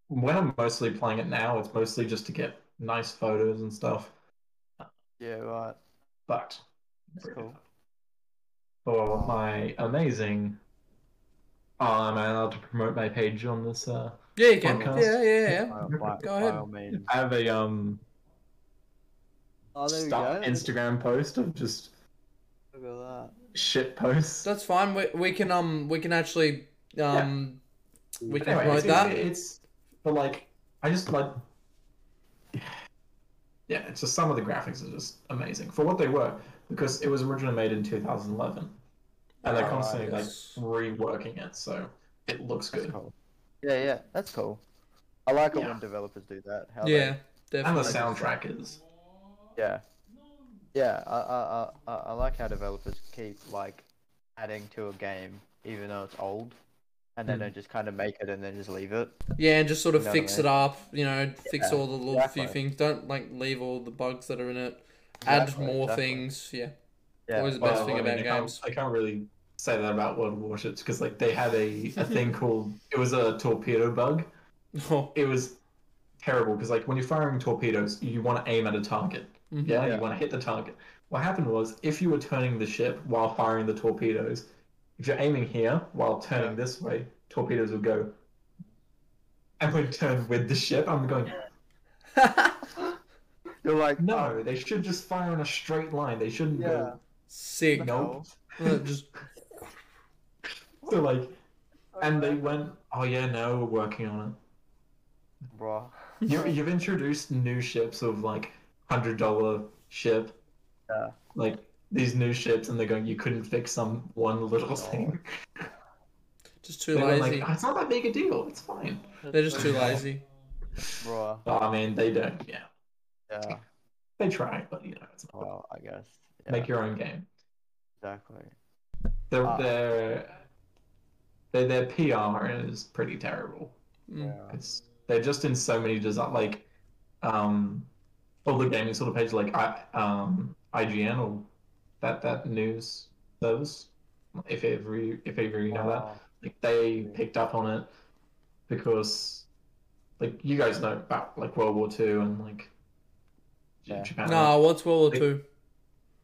when I'm mostly playing it now, it's mostly just to get nice photos and stuff.
Yeah, right.
But
That's cool.
for my amazing, oh, I'm allowed to promote my page on this. Uh,
Yeah, you can.
Podcast.
Yeah, yeah, yeah.
By, by,
Go ahead.
by all means.
I have a um
Oh, there we go.
stuff-
Let's
Instagram post of just
Look at that.
shit posts.
That's fine. We, we can um we can actually um we
But
can
anyway,
promote
it's,
that.
It's but like I just like yeah, it's just some of the graphics are just amazing for what they were because it was originally made in 2011, and they're
Oh,
constantly like
yes.
reworking it, so it looks
That's
good.
cool. Yeah, yeah, that's cool. I like it
Yeah.
when developers do that. How they-
yeah,
And the
definitely.
soundtrack is
yeah. Yeah, I, I, I, I- I like how developers keep, like, adding to a game, even though it's old, and then
Hmm.
Mhm.
they just kind of make it and then just leave it.
Yeah, and just sort of
You know what I
fix
mean?
it up. You know, fix
Yeah,
all the little
exactly.
few things. Don't like leave all the bugs that are in it. Add
Exactly,
more
exactly.
things. Yeah.
Yeah.
Always the best
Well,
thing
I mean,
about
I can't-
games.
I can't really say that about World of Warships because like they had a, a thing called it was a torpedo bug.
Oh,
It was terrible because like when you're firing torpedoes, you want to aim at a target.
Mhm.
Yeah,
Yeah.
you want to hit the target. What happened was if you were turning the ship while firing the torpedoes, if you're aiming here while turning
Yeah.
this way, torpedoes will go. And would turn with the ship. I'm going.
You're like,
No, they should just fire in a straight line. They shouldn't
yeah.
sick.
go. Nope.
No.
Uh, Just
So like, and they went, oh yeah, no, we're working on
Bruh.
it. You, you've introduced new ships of like hundred dollar ship,
Yeah.
like these new ships, and they're going, you couldn't fix some one little
No.
thing.
just too
They were
lazy.
like, "Oh, it's not that big a deal. It's fine.
They're just too lazy.
Bruh.
Oh, I mean, they don't. Yeah,
Yeah.
they try, but you know, it's not.
Well, I guess. Oh, Yeah,
make your own game.
exactly.
Their
Ah.
their their their PR is pretty terrible.
Mm.
Yeah.
It's they're just in so many design like um all the gaming sort of page like I um IGN or that that news service. If every if ever you know that.
Wow.
Like they picked up on it because like you guys know about like World War Two and like J-
Yeah.
Japan.
Nah, what's World War
Like-
Two?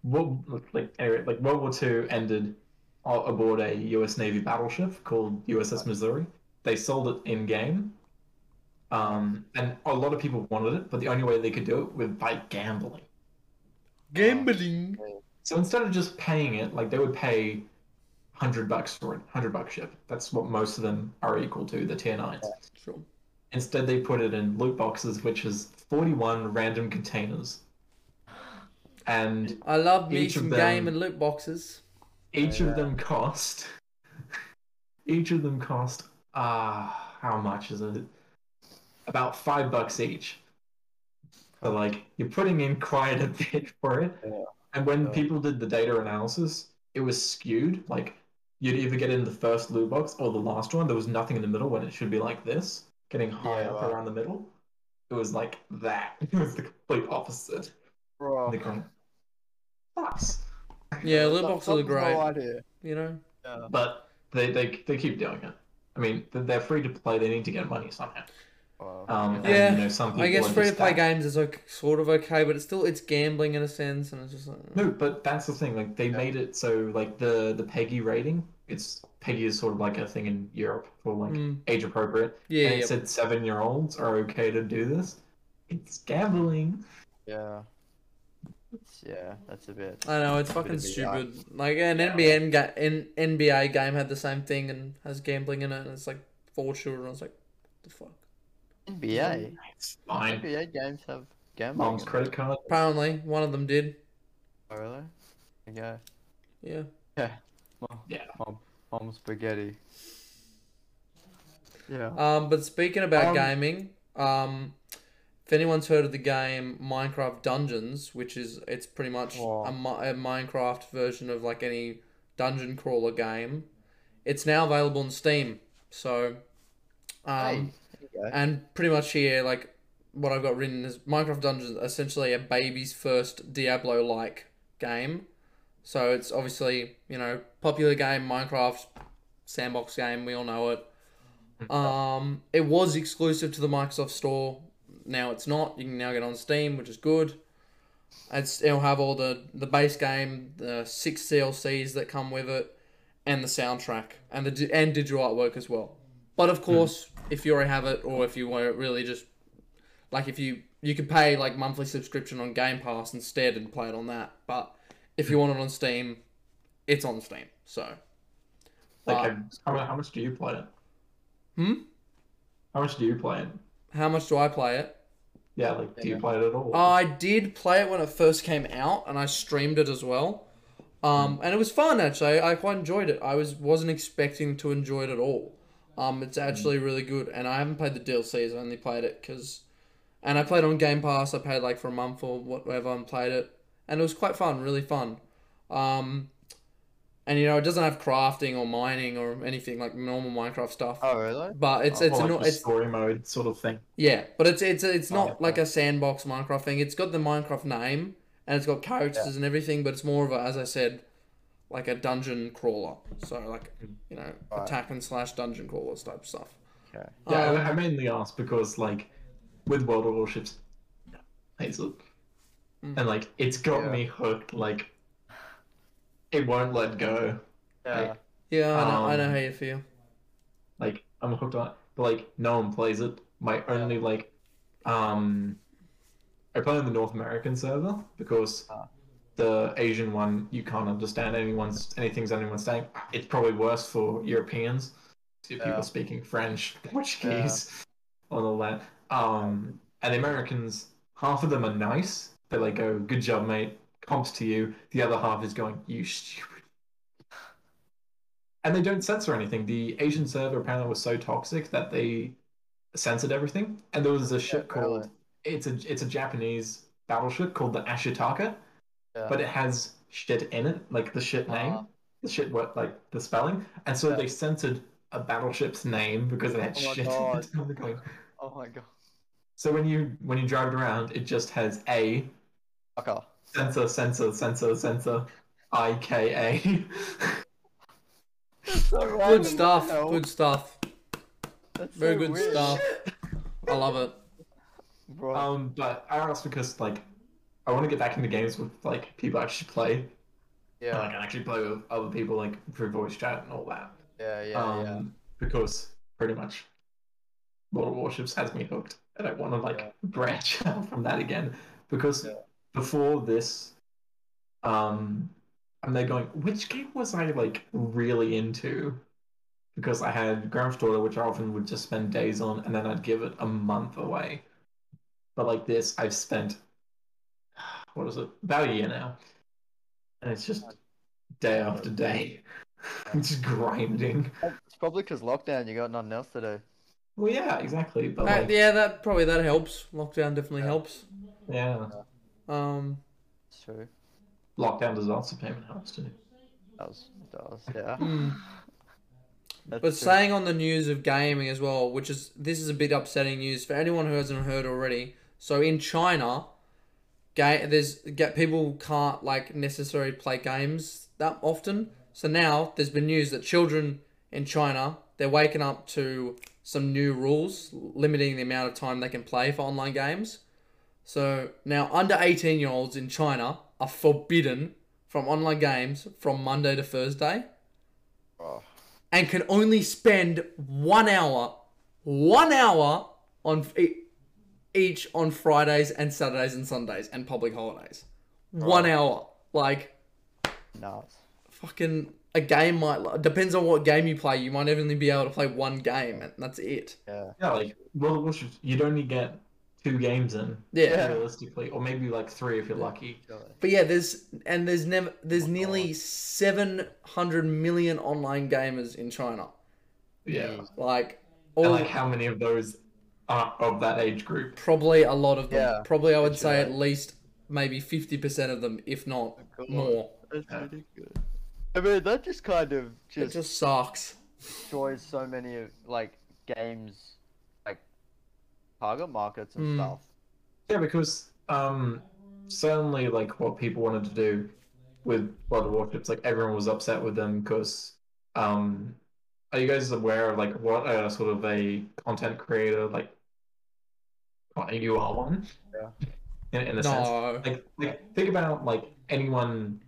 World, like anyway, like World War Two ended a- aboard a U.S. Navy battleship called USS Missouri. They sold it in game, um, and a lot of people wanted it, but the only way they could do it was by gambling.
Gambling.
So instead of just paying it, like they would pay hundred bucks for it, hundred buck ship. That's what most of them are equal to, the tier nines.
Sure.
Instead, they put it in loot boxes, which is forty-one random containers, and
I love me
Each of
some
them-
game and loot boxes.
each
Yeah.
of them cost each of them cost ah how much is it about five bucks each so like you're putting in quite a bit for it
Yeah.
and when
Yeah.
people did the data analysis it was skewed like you'd either get in the first loot box or the last one there was nothing in the middle when it should be like this getting high
Yeah,
up
wow.
around the middle it was like that it was the complete opposite
Bruh.
They're going, "Fucks."
Yeah, loot boxes
Some-
are
something's
great.
No idea.
You know.
Yeah.
but they, they they keep doing it. I mean, th- they're free to play. They need to get money somehow.
Well,
Um,
Yeah.
and, you know, some people
I guess
are
free to
just
play
that-
games is okay, sort of okay, but it's still it's gambling in a sense, and it's just like
No, but that's the thing. Like they
Yeah.
made it so like the the Peggy rating. It's Peggy is sort of like a thing in Europe for like
Mm.
age appropriate.
yeah,
and it
yeah.
said seven year olds are okay to do this. It's gambling.
Yeah. It's- Yeah, that's a bit.
I know it's
Bit of
fucking
a
stupid. Like an
Yeah.
NBN ga- an NBA game had the same thing and has gambling in it, and it's like for children. It's like, what the fuck.
NBA.
It's fine.
NBA games have gambling.
Mom's
in
credit card.
Apparently, one of them did.
them. Oh, really? Yeah.
Yeah.
Mom's spaghetti. Yeah.
Um, but speaking about
Um,
gaming, um, if anyone's heard of the game Minecraft Dungeons, which is it's pretty much
Wow.
a, Mi- a Minecraft version of like any dungeon crawler game, it's now available on Steam. So, um,
hey, there you go.
and pretty much here, like what I've got written is Minecraft Dungeons, essentially a baby's first Diablo-like game. So it's obviously you know popular game Minecraft sandbox game. We all know it. Um, it was exclusive to the Microsoft Store. Now it's not. You can now get it on Steam, which is good. It's, it'll have all the the base game, the six DLCs that come with it, and the soundtrack and the di- and digital artwork as well. But of course, if you already have it, or if you were really just like if you you could pay like monthly subscription on Game Pass instead and play it on that. But if you want it on Steam, it's on Steam. So
Like,
Uh,
have- how, mu- how much do you play it?
Hmm?
How much do you play it?
how much do I play it?
Yeah, like, do you
Yeah.
play it at all?
I did play it when it first came out, and I streamed it as well. Um, and it was fun actually. I quite enjoyed it. I was wasn't expecting to enjoy it at all. Um, it's
Mm.
actually really good, and I haven't played the DLCs. I only played it because, and I played on Game Pass. I paid like for a month or whatever, and played it, and it was quite fun. Really fun. Um, and you know, it doesn't have crafting or mining or anything like normal Minecraft stuff.
Oh, really?
But it's
Or
it's,
like
anno-
the
it's
story mode sort of thing.
yeah, but it's it's it's not
Oh,
Minecraft.
like a sandbox Minecraft thing. It's got the Minecraft name and it's got characters and everything, but it's more of a, as I said, like a dungeon crawler. So like you know
Right.
attack and slash dungeon crawlers type stuff.
Okay.
Yeah,
Um,
I, I mainly asked because like with World of Warships, no plays it,
Mm.
and like it's got
Yeah.
me hooked. Like it won't let go.
Yeah.
yeah, I know, I know
um,
how you feel.
Like I'm hooked on it, but like no one plays it. My only like, um, I play on the North American server because.
Ah.
The Asian one, you can't understand anyone's anything's anyone's saying. It's probably worse for Europeans, if
Yeah.
people speaking French, Portuguese, all of that. Um, and the Americans, half of them are nice. They like go, "Good job, mate. Comps to you." The other half is going, "You stupid." And they don't censor anything. The Asian server apparently was so toxic that they censored everything. And there was a ship
really.
called it's a it's a Japanese battleship called the Ashitaka,
Yeah.
but it has shit in it, like the ship name
Ah.
the shit what like the spelling, and so
Yeah.
they censored a battleship's name because it had
Oh my
shit. in
God.
it. I'm going,
oh my god.
so when you when you drive it around, it just has A
Okay.
censor censor censor censor I K A.
So random,
Good stuff.
hell.
Good stuff.
That's
Very
so
good
weird.
stuff. I love it.
Bro.
Um, but I asked because like I want to get back into games with like people I actually play. and I
yeah.
can actually play with other people like through voice chat and all that.
Yeah. Yeah.
um,
yeah.
because pretty much World of Warships has me hooked. I don't want to like
Yeah.
branch out from that again because
Yeah.
before this, um, I'm there going, which game was I like really into? Because I had Grand Theft Auto, which I often would just spend days on, and then I'd give it a month away. But like this, I've spent what is it about a year now, and it's just day after day, I'm just grinding.
It's probably because lockdown. You got nothing else to do.
Well, yeah, exactly. But
That-
like, yeah.
yeah, that probably that helps. Lockdown definitely helps. Um,
It's true.
lockdown disaster payment helps too.
That was. That was. Yeah.
mm.
That's
But
true.
staying on the news of gaming as well, which is this is a bit upsetting news for anyone who hasn't heard already. So in China, ga- there's get people can't like necessarily play games that often. So now there's been news that children in China they're waking up to some new rules limiting the amount of time they can play for online games. So now under 18 year olds in China are forbidden from online games from Monday to Thursday
Oh,
and can only spend one hour, one hour on f- e- each on Fridays and Saturdays and Sundays and public holidays. One hour, like
nuts.
fucking a game might la- depends on what game you play. You might only be able to play one game and that's it.
Yeah.
Yeah, like World of Warships, you'd only get two games in
Yeah.
Yeah.
realistically, or maybe like three if you're lucky.
Really.
But yeah, there's and there's never there's
Oh my
nearly seven hundred million online gamers in China.
Yeah,
Mm.
Like
and
all
like how many of those are of that age group?
probably a lot of them.
Yeah,
probably I would
that's
say
right.
at least maybe fifty percent of them, if not
God.
more.
That's
Yeah.
ridiculous. I mean, that just kind of
It
just,
just sucks.
destroys so many of, like games, like target markets and
Mm.
stuff.
Yeah, because um, certainly like what people wanted to do with World of Warships, like everyone was upset with them because um, are you guys aware of like what uh, sort of a content creator like what you are one?
Yeah.
In, in a sense,
No.
like, like think about like anyone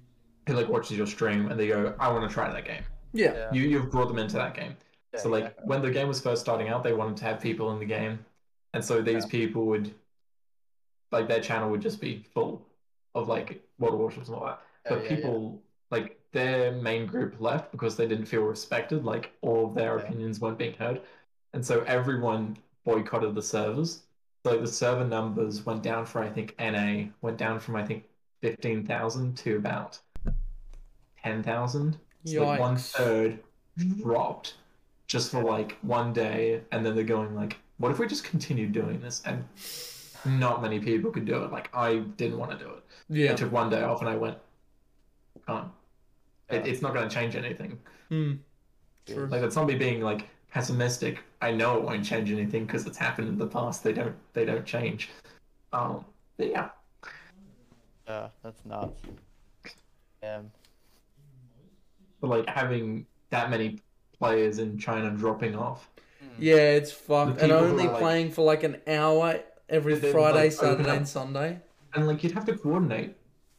who like watches your stream and they go, "I want to try that game."
Yeah.
You you've brought them into that game.
Yeah,
so like
exactly.
when the game was first starting out, they wanted to have people in the game, and so these people would like their channel would just be full of like World of Warships and all that.
Yeah,
But
Oh, yeah, yeah.
people like their main group left because they didn't feel respected. Like all of their
Yeah.
opinions weren't being heard, and so everyone boycotted the servers. So the server numbers went down for I think NA went down from I think fifteen thousand to about ten thousand. So like one
Yikes.
third dropped just for like one day, and then they're going like, "What if we just continued doing this?" And not many people could do it. Like I didn't want to do it. I
yeah.
took one day off, and I went, "Can't. It,
Yeah.
it's not going to change anything."
Hmm.
Yeah.
True.
Like that's not me being like pessimistic. I know it won't change anything because it's happened in the past. They don't. They don't change. Um. But yeah.
Um, Yeah, that's nuts. Damn.
but like having that many players in China dropping off.
Yeah, it's fucked.
The
And
people who
only
are, like-
playing for like an hour every
But then,
Friday,
like, open
Saturday,
up-
and Sunday.
And like you'd have to coordinate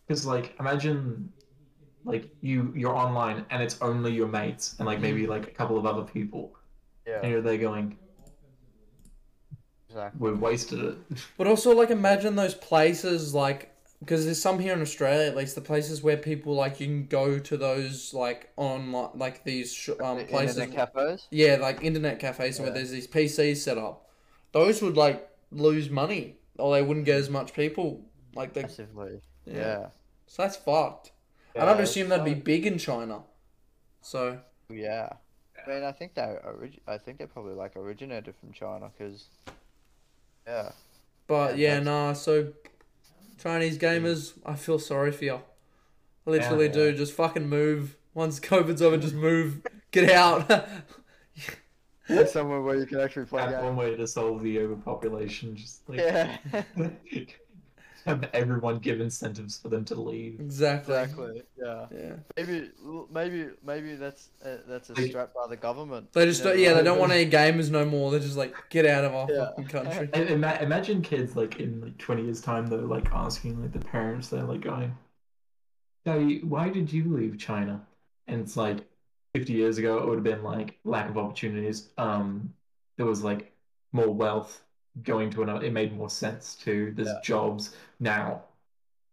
because like imagine like you you're online and it's only your mates and like maybe like a couple of other people and
Yeah,
you're there going
exactly.
we've wasted it.
But also, like, imagine those places, like, because there's some here in Australia, at least, the places where people, like, you can go to those, like, online, like, these sh- um,
The
places.
internet cafes.
Yeah, like, internet cafes where
Yeah.
there's these PCs set up. Those would, like, lose money, or they wouldn't get as much people. Like, they.
Massively. Yeah.
So that's fucked. I
Yeah,
Uh,
don't
it's
assume that'd be
like-
big in China. So.
Yeah. I mean, I think they orig- I think they probably like originated from China because. Yeah.
But
Yeah,
yeah,
that's-
nah. So Chinese gamers, I feel sorry for you. I literally
Yeah,
do. Just fucking move. Once COVID's over, just move. Get out.
Somewhere where you can actually play
That's
games.
one way to solve the overpopulation. Just like
Yeah.
have everyone give incentives for them to leave.
exactly.
exactly. Yeah.
Yeah.
Maybe maybe maybe that's uh, that's a
Like-
strap by the government.
They just
You
don't,
never
yeah, they
know.
don't want any gamers no more. They're just like, get out of our
Yeah.
fucking country.
I- Ima- imagine kids like in like twenty years time though, like asking like the parents, they're like going, "Daddy, why did you leave China?" And it's like fifty years ago, it would have been like lack of opportunities. Um, there was like more wealth going to another. It made more sense to there's
Yeah.
jobs now.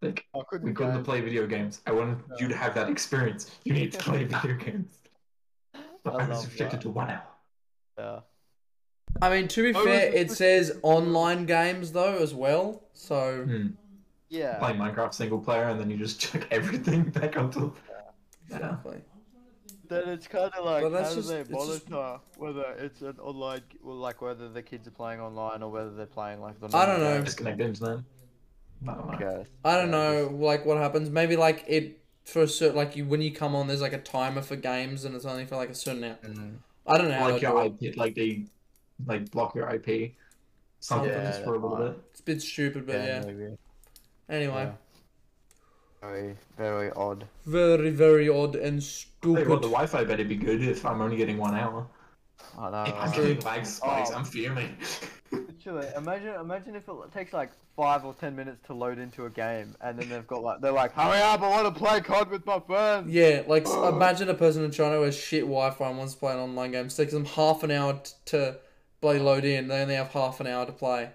Like
I couldn't
We couldn't
go.
play video games. I wanted
No.
you to have that experience. You need to play video games. But
I
I, was
love
restricted
that.
to one hour.
Yeah.
I mean, to be
Oh,
fair, it
it's-
says online games though as well. So
Hmm.
Yeah.
Play Minecraft single player, and then you just chuck everything back onto. Yeah.
exactly.
Then it's kind of like
But that's
how do
just-
they
it's just-
monitor whether it's an online, well, like whether the kids are playing online or whether they're playing like the.
I don't
normal
know.
game.
Disconnect internet. I don't know.
Okay.
I don't
Yeah,
know, like what happens. Maybe like it for a certain like you when you come on, there's like a timer for games, and it's only for like a certain hour.
Mhm.
I don't know. how
Like
they
your
do it.
IP, like they, like block your IP, something
Yeah,
just for a little
that's
bit.
It's a bit stupid, but yeah.
maybe.
Anyway,
Yeah. Very, very odd.
very very odd and
Tell you
stupid.
what, the Wi-Fi better be good if I'm only getting one hour.
I
If
know.
I'm
right?
getting lag spikes,
Uh, Oh.
I'm fuming.
Literally, imagine, imagine if it takes like five or ten minutes to load into a game, and then they've got like, they're like, hurry up, I want to play COD with my friends.
Yeah, like s imagine a person in China who has shit Wi-Fi and wants to play an online game. It takes them half an hour t- to play load in. They only have half an hour to play.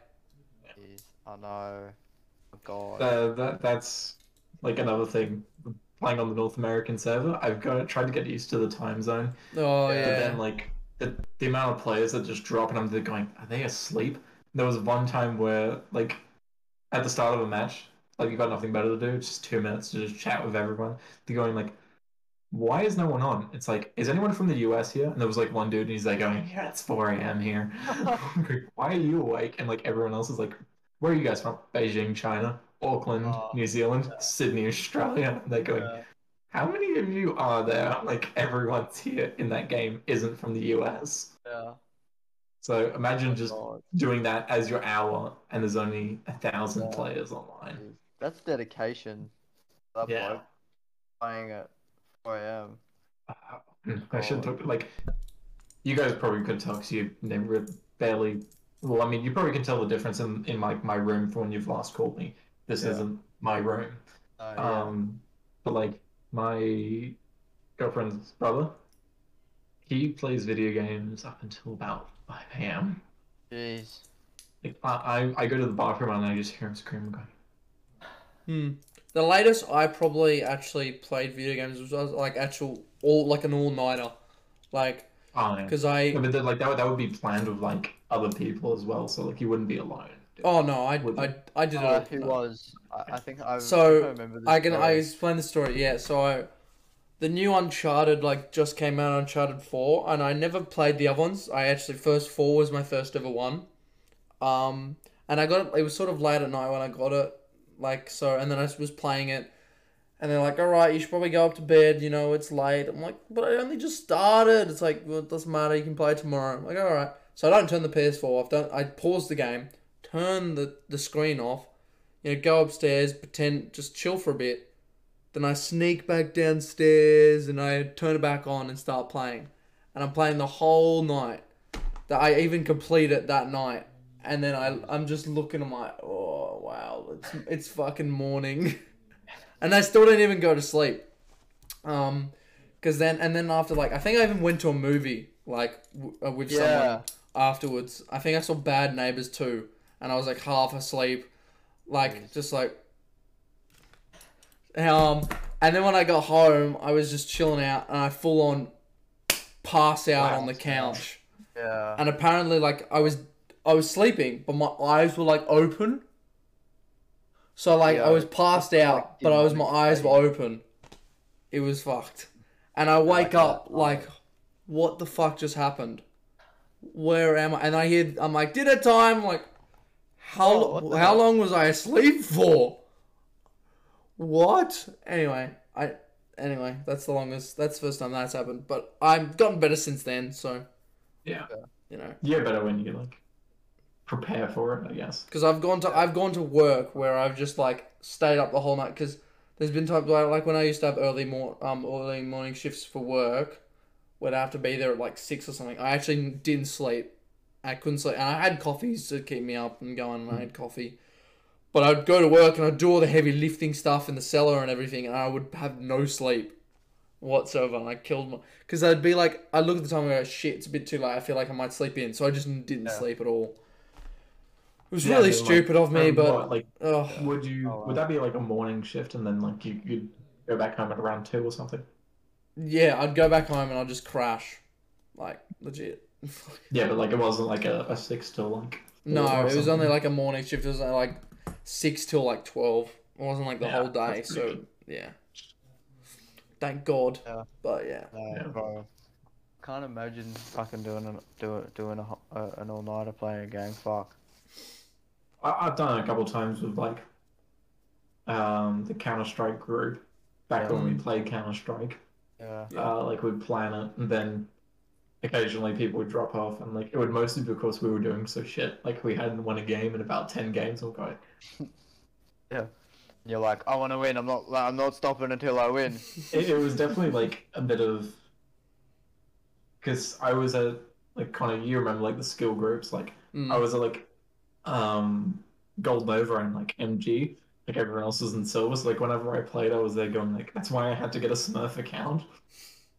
Jeez, I know. Oh, God.
Uh, that that's like another thing. Playing on the North American server, I've got tried to get used to the time zone,
Oh
Yeah,
yeah.
but then like the, the amount of players that just drop and I'm just going, are they asleep? There was one time where like at the start of a match, like you got nothing better to do, it's just two minutes to just chat with everyone. They're going like, why is no one on? It's like, is anyone from the US here? And there was like one dude, and he's like going, yeah, it's 4 a.m. here. Like, why are you awake? And like everyone else is like, where are you guys from? Beijing, China, Auckland,
Oh,
New Zealand, Sydney, Australia. And they're going,
Yeah.
how many of you are there? Like everyone's here in that game isn't from the US.
Yeah.
So imagine just
God.
doing that as your hour, and there's only a thousand
Yeah.
players online.
Jeez, That's dedication. That
Yeah.
bloke playing at 4 a.m. Oh
Hmm, I should talk like you guys probably could tell because you never barely. Well, I mean, you probably can tell the difference in in like my room from when you've last called me. This
Yeah.
isn't my room.
Oh, yeah.
Um, but like my girlfriend's brother, he plays video games up until about five a.m.
Jeez.
Like I, I, I go to the bathroom and I just hear him scream. I'm Going,
Hmm. The latest I probably actually played video games was was, like actual all like an all nighter, like
oh, yeah.
because I
Yeah, but then, like that, would- that would be planned with like other people as well, so like you wouldn't be alone.
oh no I
Would-
I, I did it
Uh,
all.
he was. I, I think I, I
So,
think I remember this.
I can I
story.
explain the story. Yeah, so I, the new Uncharted like just came out, Uncharted Four, and I never played the other ones. I actually first four was my first ever one, um, and I got it. It was sort of late at night when I got it, like so, and then I was playing it, and they're like, "All right, you should probably go up to bed. You know, it's late." I'm like, "But I only just started." It's like, "Well, it doesn't matter. You can play tomorrow." I'm like, "All right." So I don't turn the PS4 off. Don't I pause the game, turn the the screen off, you know, go upstairs, pretend, just chill for a bit, Then I sneak back downstairs and I turn it back on and start playing. And I'm playing the whole night. That I even complete it that night. And then I, I'm just looking, I'm like, oh, wow, it's, it's fucking morning. and I still didn't even go to sleep. Um, cause then, and then after, like, I think I even went to a movie, like, w- uh, with someone
Yeah.
afterwards. I think I saw Bad Neighbors too, and I was like half asleep, like just like. Um, and then when I got home, I was just chilling out, and I full on pass out
Wow.
on the couch.
Yeah.
And apparently, like I was, I was sleeping, but my eyes were like open. So like
Yeah.
I was passed out, but I was my eyes were open. It was fucked, and I wake
that.
up like, what the fuck just happened? Where am I? And I hear I'm like dinner time. I'm like, how
Oh, what the
how
hell?
long was I asleep for? What? Anyway, I anyway that's the longest. That's the first time that's happened. But I've gotten better since then. So
Yeah.
you know.
Yeah, better when you like prepare for it, I guess.
Because I've gone to I've gone to work where I've just like stayed up the whole night. Because there's been times like, like when I used to have early mor- um early morning shifts for work, where I have to be there at like six or something. I actually didn't sleep. I couldn't sleep, and I had coffees to keep me up and going. and I
Hmm.
had coffee, but I'd go to work and I'd do all the heavy lifting stuff in the cellar and everything, and I would have no sleep whatsoever. And I killed my because I'd be like, I look at the time and I go, shit, it's a bit too late. I feel like I might sleep in, so I just didn't
Yeah.
sleep at all. It was
Yeah,
really
I mean, like,
stupid of me,
Um,
but
what, like
oh,
would you
Oh,
would that be like a morning shift and then like you you'd go back home at around two or something?
yeah, I'd go back home and I'd just crash, like legit.
Yeah, but like it wasn't like a, a six to like
no,
four or
it was
something.
only like a morning shift. It was uh, like six till like twelve. It wasn't like the
Yeah,
whole day.
that's
So
pretty
yeah, thank God.
Yeah.
But yeah,
No,
Yeah.
bro. Can't imagine fucking doing an do, doing a, ho- uh, an all nighter playing a game. Fuck.
I, I've done it a couple times with like um the Counter Strike group back when we played Counter Strike.
Yeah.
Yeah.
Uh, like we'd plan it and then occasionally people would drop off and like it would mostly be because we were doing so shit. Like we hadn't won a game in about ten games or quite.
You're like, I want to win. I'm not. I'm not stopping until I win.
It, it was definitely like a bit of because I was at like kind of you remember like the skill groups like I
mm,
was at like um gold nova and like MG. Like everyone else was in silver, so like whenever I played, I was there going like, that's why I had to get a Smurf account.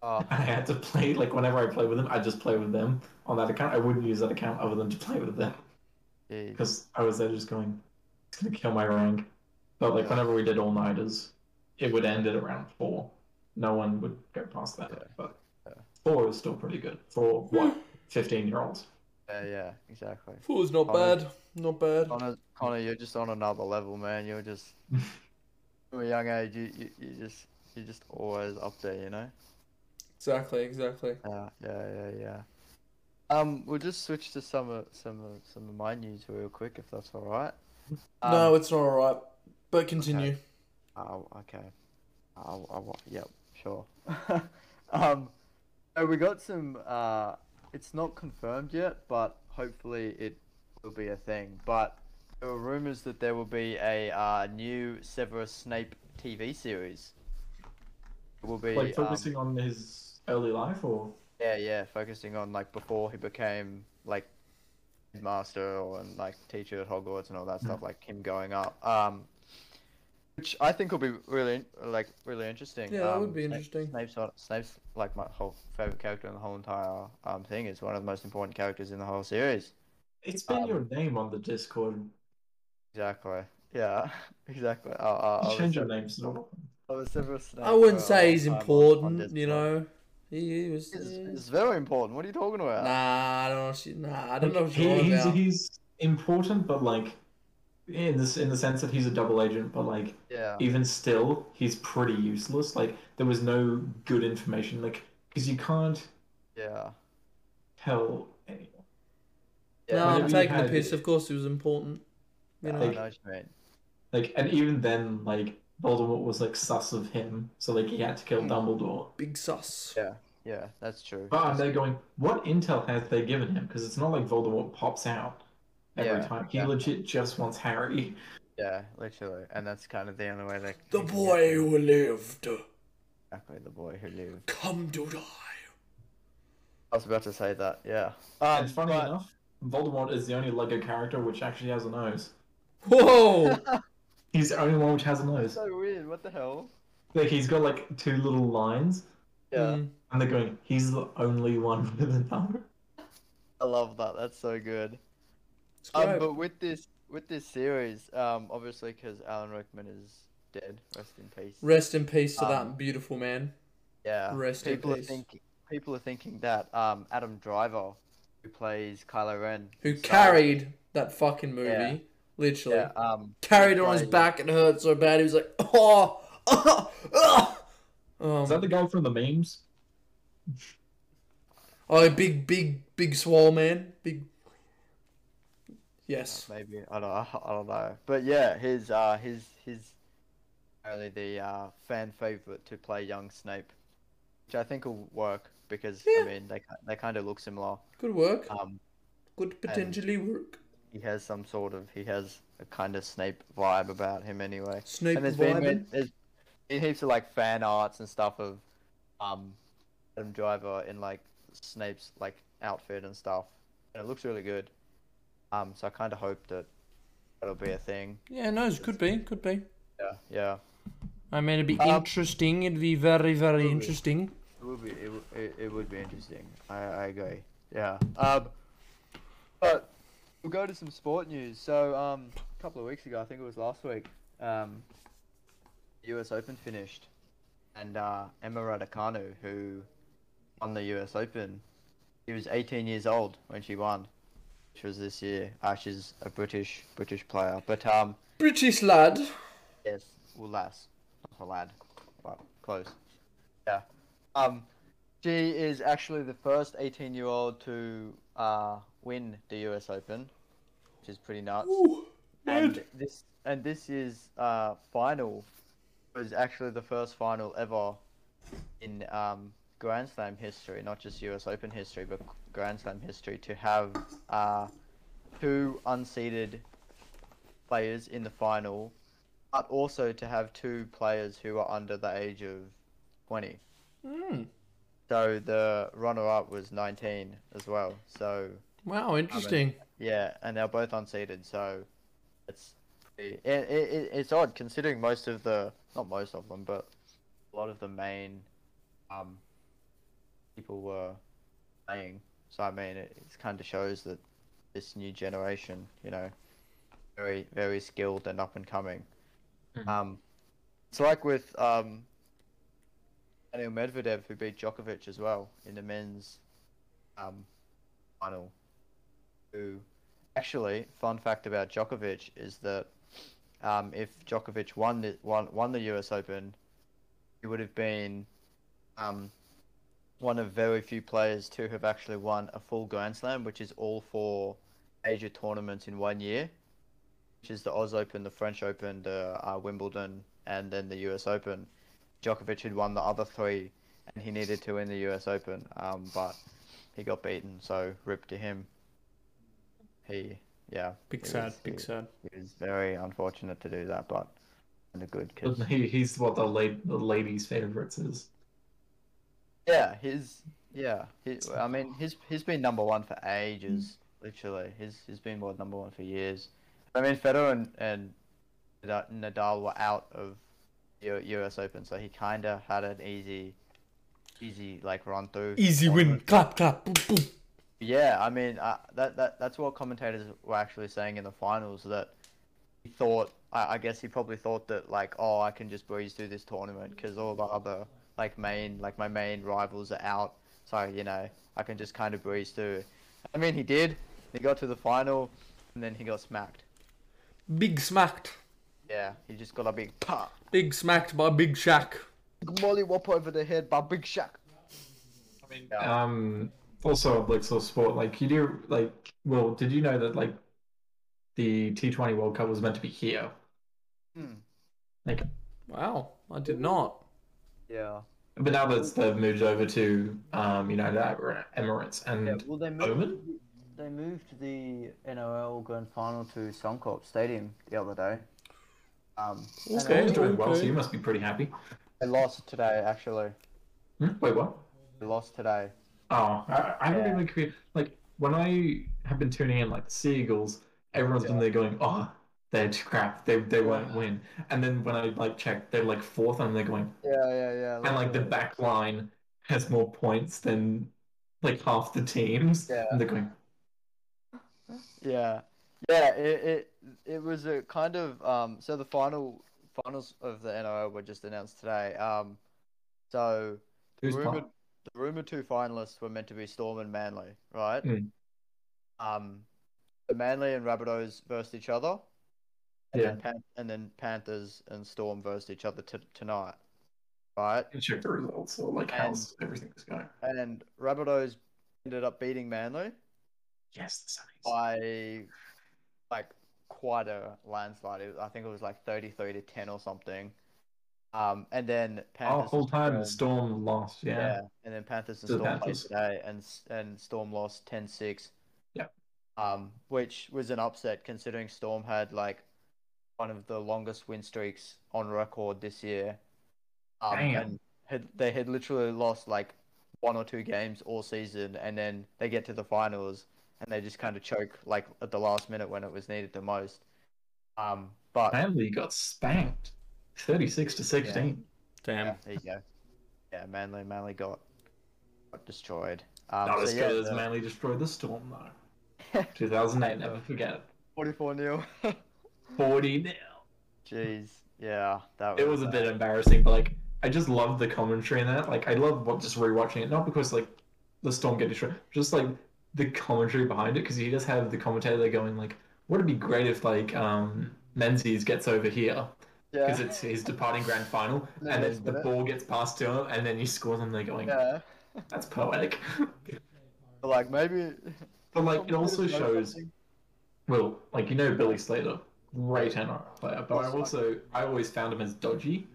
Oh,
I had to play like whenever I play with them, I just play with them on that account. I wouldn't use that account other than to play with them
jeez.
because I was there just going, it's gonna kill my rank. But like
Yeah.
whenever we did all nighters, it would end at around four. No one would go past that.
Yeah.
But
Yeah.
four is still pretty good for
Hmm.
what fifteen year olds.
Yeah, yeah, exactly.
fool's not
Connor-
bad, not bad.
Connor, Connor, you're just on another level, man. You're just from a young age. You, you, you just you're just always up there, you know.
Exactly, exactly.
Yeah, yeah, yeah, yeah. Um, we'll just switch to some of some of some of my news real quick, if that's all right. Um,
no, it's not alright. But continue.
Oh, okay. Oh, oh, wa- yep, sure. um, so we got some. Uh, it's not confirmed yet, but hopefully it will be a thing. But there were rumors that there will be a uh, new Severus Snape TV series. It will be
like
um,
focusing on his early life or
yeah, yeah, focusing on like before he became like master or and like teacher at Hogwarts and all that
Mm-hmm.
stuff, like him going up. Um, which I think will be really like really interesting.
Yeah, that would
Um,
be
Sna-
interesting.
Snape's not, Snape's like my whole favorite character in the whole entire um thing. Is one of the most important characters in the whole series.
it's been
Um, oh,
your name on the discord
Exactly. Yeah. Exactly. I, I, I was
change your
Sev-
name so
I was Severus Snape.
I wouldn't
for a
say
uh,
long
he's
time on- on
important, you
Discord.
know. He, he was.
It's, it's very important. What are you talking about?
Nah, I don't know. What you, nah, I don't know what
he,
you're on
he's,
about.
he's important but like in this in the sense that he's a double agent but like
Yeah.
even still he's pretty useless like there was no good information like because you can't
Yeah.
tell anyone
no,
Yeah.
whenever
I'm
you
taking a
had-
piss. Of course, it was important. You
Yeah,
know.
I
Like-
know what you mean.
like and even then like voldemort was like sus of him so like he had to kill
Hmm.
dumbledore
Big sus.
Yeah, yeah, that's true.
But I'm there going, what intel has they given him? Because it's not like Voldemort pops out every
Yeah,
time. He
yeah.
legit just wants Harry.
Yeah, literally, and that's kind of the only way they.
The
you can get
boy who lived,
Exactly, the boy who lived.
come to die.
I was about to say that. Yeah. Um,
and funny
but-
enough, Voldemort is the only Lego character which actually has a nose.
Whoa!
He's the only one which has a nose.
So weird. What the hell?
Like he's got like two little lines,
Yeah,
Mm.
and they're going, "He's the only one with a nose."
I love that. That's so good.
It's
Um,
great.
but with this with this series, um, obviously because Alan Rickman is dead, rest in peace.
Rest in peace to
um,
that beautiful man.
yeah.
rest in
people are
peace.
thinking people are thinking that um Adam Driver, who plays Kylo Ren,
who
so-
carried that fucking movie,
Yeah.
literally.
yeah, um,
Carried her on his
Right.
back and hurt so bad he was like, oh, oh, oh.
Is that the guy from the memes?
oh, big, big, big swole man, big. Yes,
maybe I don't I don't know, but yeah, his uh his his only the uh fan favorite to play young Snape, which I think will work because
Yeah.
I mean they ki- they kind of look similar.
good work.
Um,
Good potentially work.
he has some sort of he has a kind of Snape vibe about him anyway.
Snape
and there's
vibing.
been there's been heaps of like fan arts and stuff of um Adam Driver in like Snape's like outfit and stuff, and it looks really good. Um, so I kind of hope that that'll be a thing.
Yeah, no, it could be, could be.
Yeah, yeah.
I mean, it'd be
Um,
interesting. It'd be very, very
Absolutely.
interesting.
It would be it, w- it, it would be interesting. I, I agree. Yeah. Um, but we'll go to some sport news. So um, a couple of weeks ago, I think it was last week, um, U.S. Open finished, and uh, Emma Raducanu, who won the U.S. Open, she was 18 years old when she won, which was this year. Uh, she's a British British player, but um,
British lad.
Yes. Well, lass. Not a lad. But close. Yeah. Um, she is actually the first 18 year old to uh, win the US Open, which is pretty nuts.
Ooh,
and
mad.
this and this year's uh, final was actually the first final ever in um, Grand Slam history, not just US Open history, but Grand Slam history, to have uh, two unseeded players in the final, but also to have two players who are under the age of 20.
Mm,
So the runner up was 19 as well. So,
wow, interesting.
yeah, and they're both unseeded. So it's pretty, it, it, it- it's odd considering most of the, not most of them, but a lot of the main um, people were playing. So, I mean, it, it kind of shows that this new generation, you know, very, very skilled and up and coming.
Mhm.
Um, it's like with um, Daniel Medvedev, who beat Djokovic as well in the men's um, final. Who, actually, fun fact about Djokovic is that um, if Djokovic won the, won, won the US Open, he would have been um, one of very few players to have actually won a full Grand Slam, which is all four major tournaments in one year, which is the Oz Open, the French Open, the uh, Wimbledon, and then the US Open. Djokovic had won the other three, and he needed to win the US Open, um, but he got beaten, so rip to him. He, yeah.
Big
it
sad,
was-
big
it-
sad.
It was very unfortunate to do that, but kind of good. 'cause-
He, he's what the, la- the ladies' favorites is.
Yeah, his yeah. He, I mean, he's he's been number one for ages.
Hmm.
Literally, he's he's been world number one for years. I mean, Federer and, and Nada- Nadal were out of U- U.S. Open, so he kind of had an easy, easy like run through.
Easy
on
win.
it.
Clap, clap. Boom, boom.
Yeah, I mean, uh, that that that's what commentators were actually saying in the finals that he thought. I, I guess he probably thought that like, oh, I can just breeze through this tournament because all the other like main like my main rivals are out, so you know I can just kind of breeze through. I mean, he did. He got to the final, and then he got smacked.
Big smacked.
Yeah, he just got a big pop,
Big smacked by Big Shaq.
molly whop over the head by Big Shaq. I mean, yeah,
Um, also, like sort of sport, like you do, like well, did you know that like the T20 World Cup was meant to be here?
Hmm.
Like,
Wow, I did not.
yeah.
but now that's they've moved over to um, United Arab Emirates and
Yeah, well, they moved,
Omen?
they moved the NOL Grand Final to Suncorp Stadium the other day. Um,
What's
and I-
going doing well, so
okay.
you must be pretty happy.
I lost today, actually.
Hmm? Wait, what?
I lost today.
Oh, I, I don't
Yeah.
even create like when I have been tuning in like the seagulls. Everyone's been there going, oh, they're crap. They they won't win. And then when I like check, they're like fourth, and they're going,
Yeah, yeah, yeah.
and like the back line has more points than like half the teams.
Yeah.
And they're going,
Yeah, yeah. It, it it was a kind of um. So the final finals of the NRL were just announced today. Um, so the
who's
rumored
pop?
the rumored two finalists were meant to be Storm and Manly, right?
Mm.
Um, the Manly and Rabbitohs versed each other. And
Yeah.
Then Pan- and then Panthers and Storm versed each other t- tonight, right?
And check the results or like how's everything is going.
And Rabbitohs ended up beating Manly
Yes, the Sunnies.
by like quite a landslide. It was, I think it was like 33 to 10 or something. Um, and then
Oh,
Panthers
whole time the
and Storm-
storm lost. Yeah.
and then Panthers and
To the
Storm played
Panthers.
today, and S- and Storm lost 10-6.
Yep.
Um, which was an upset considering Storm had like one of the longest win streaks on record this year. Um,
Damn.
and had, they had literally lost like one or two games all season, and then they get to the finals and they just kind of choke like at the last minute when it was needed the most. Um, but
Manly got spanked, thirty-six to sixteen.
Damn.
yeah, there you go. Yeah, Manly, Manly got, got destroyed. Um,
Not
so
as
yeah,
good as
the-
Manly destroyed the Storm though. 2008, never forget it.
44 nil.
40 nil.
Jeez, yeah, that
It was a
uh,
bit embarrassing, but like I just loved the commentary in that. Like I love what just rewatching it, not because like the Storm get destroyed, just like the commentary behind it, because you just have the commentator there going like, "Would it be great if like um Menzies gets over here
yeah,
because it's his departing grand final,
No,
and
that's
then the
it.
ball gets passed to him, and then he scores, and they're going,
yeah.
"That's poetic."
But like maybe.
but like it also
Something-
shows Well, like you know Billy Slater, great NRL player, but I
Yes.
also I always found him as dodgy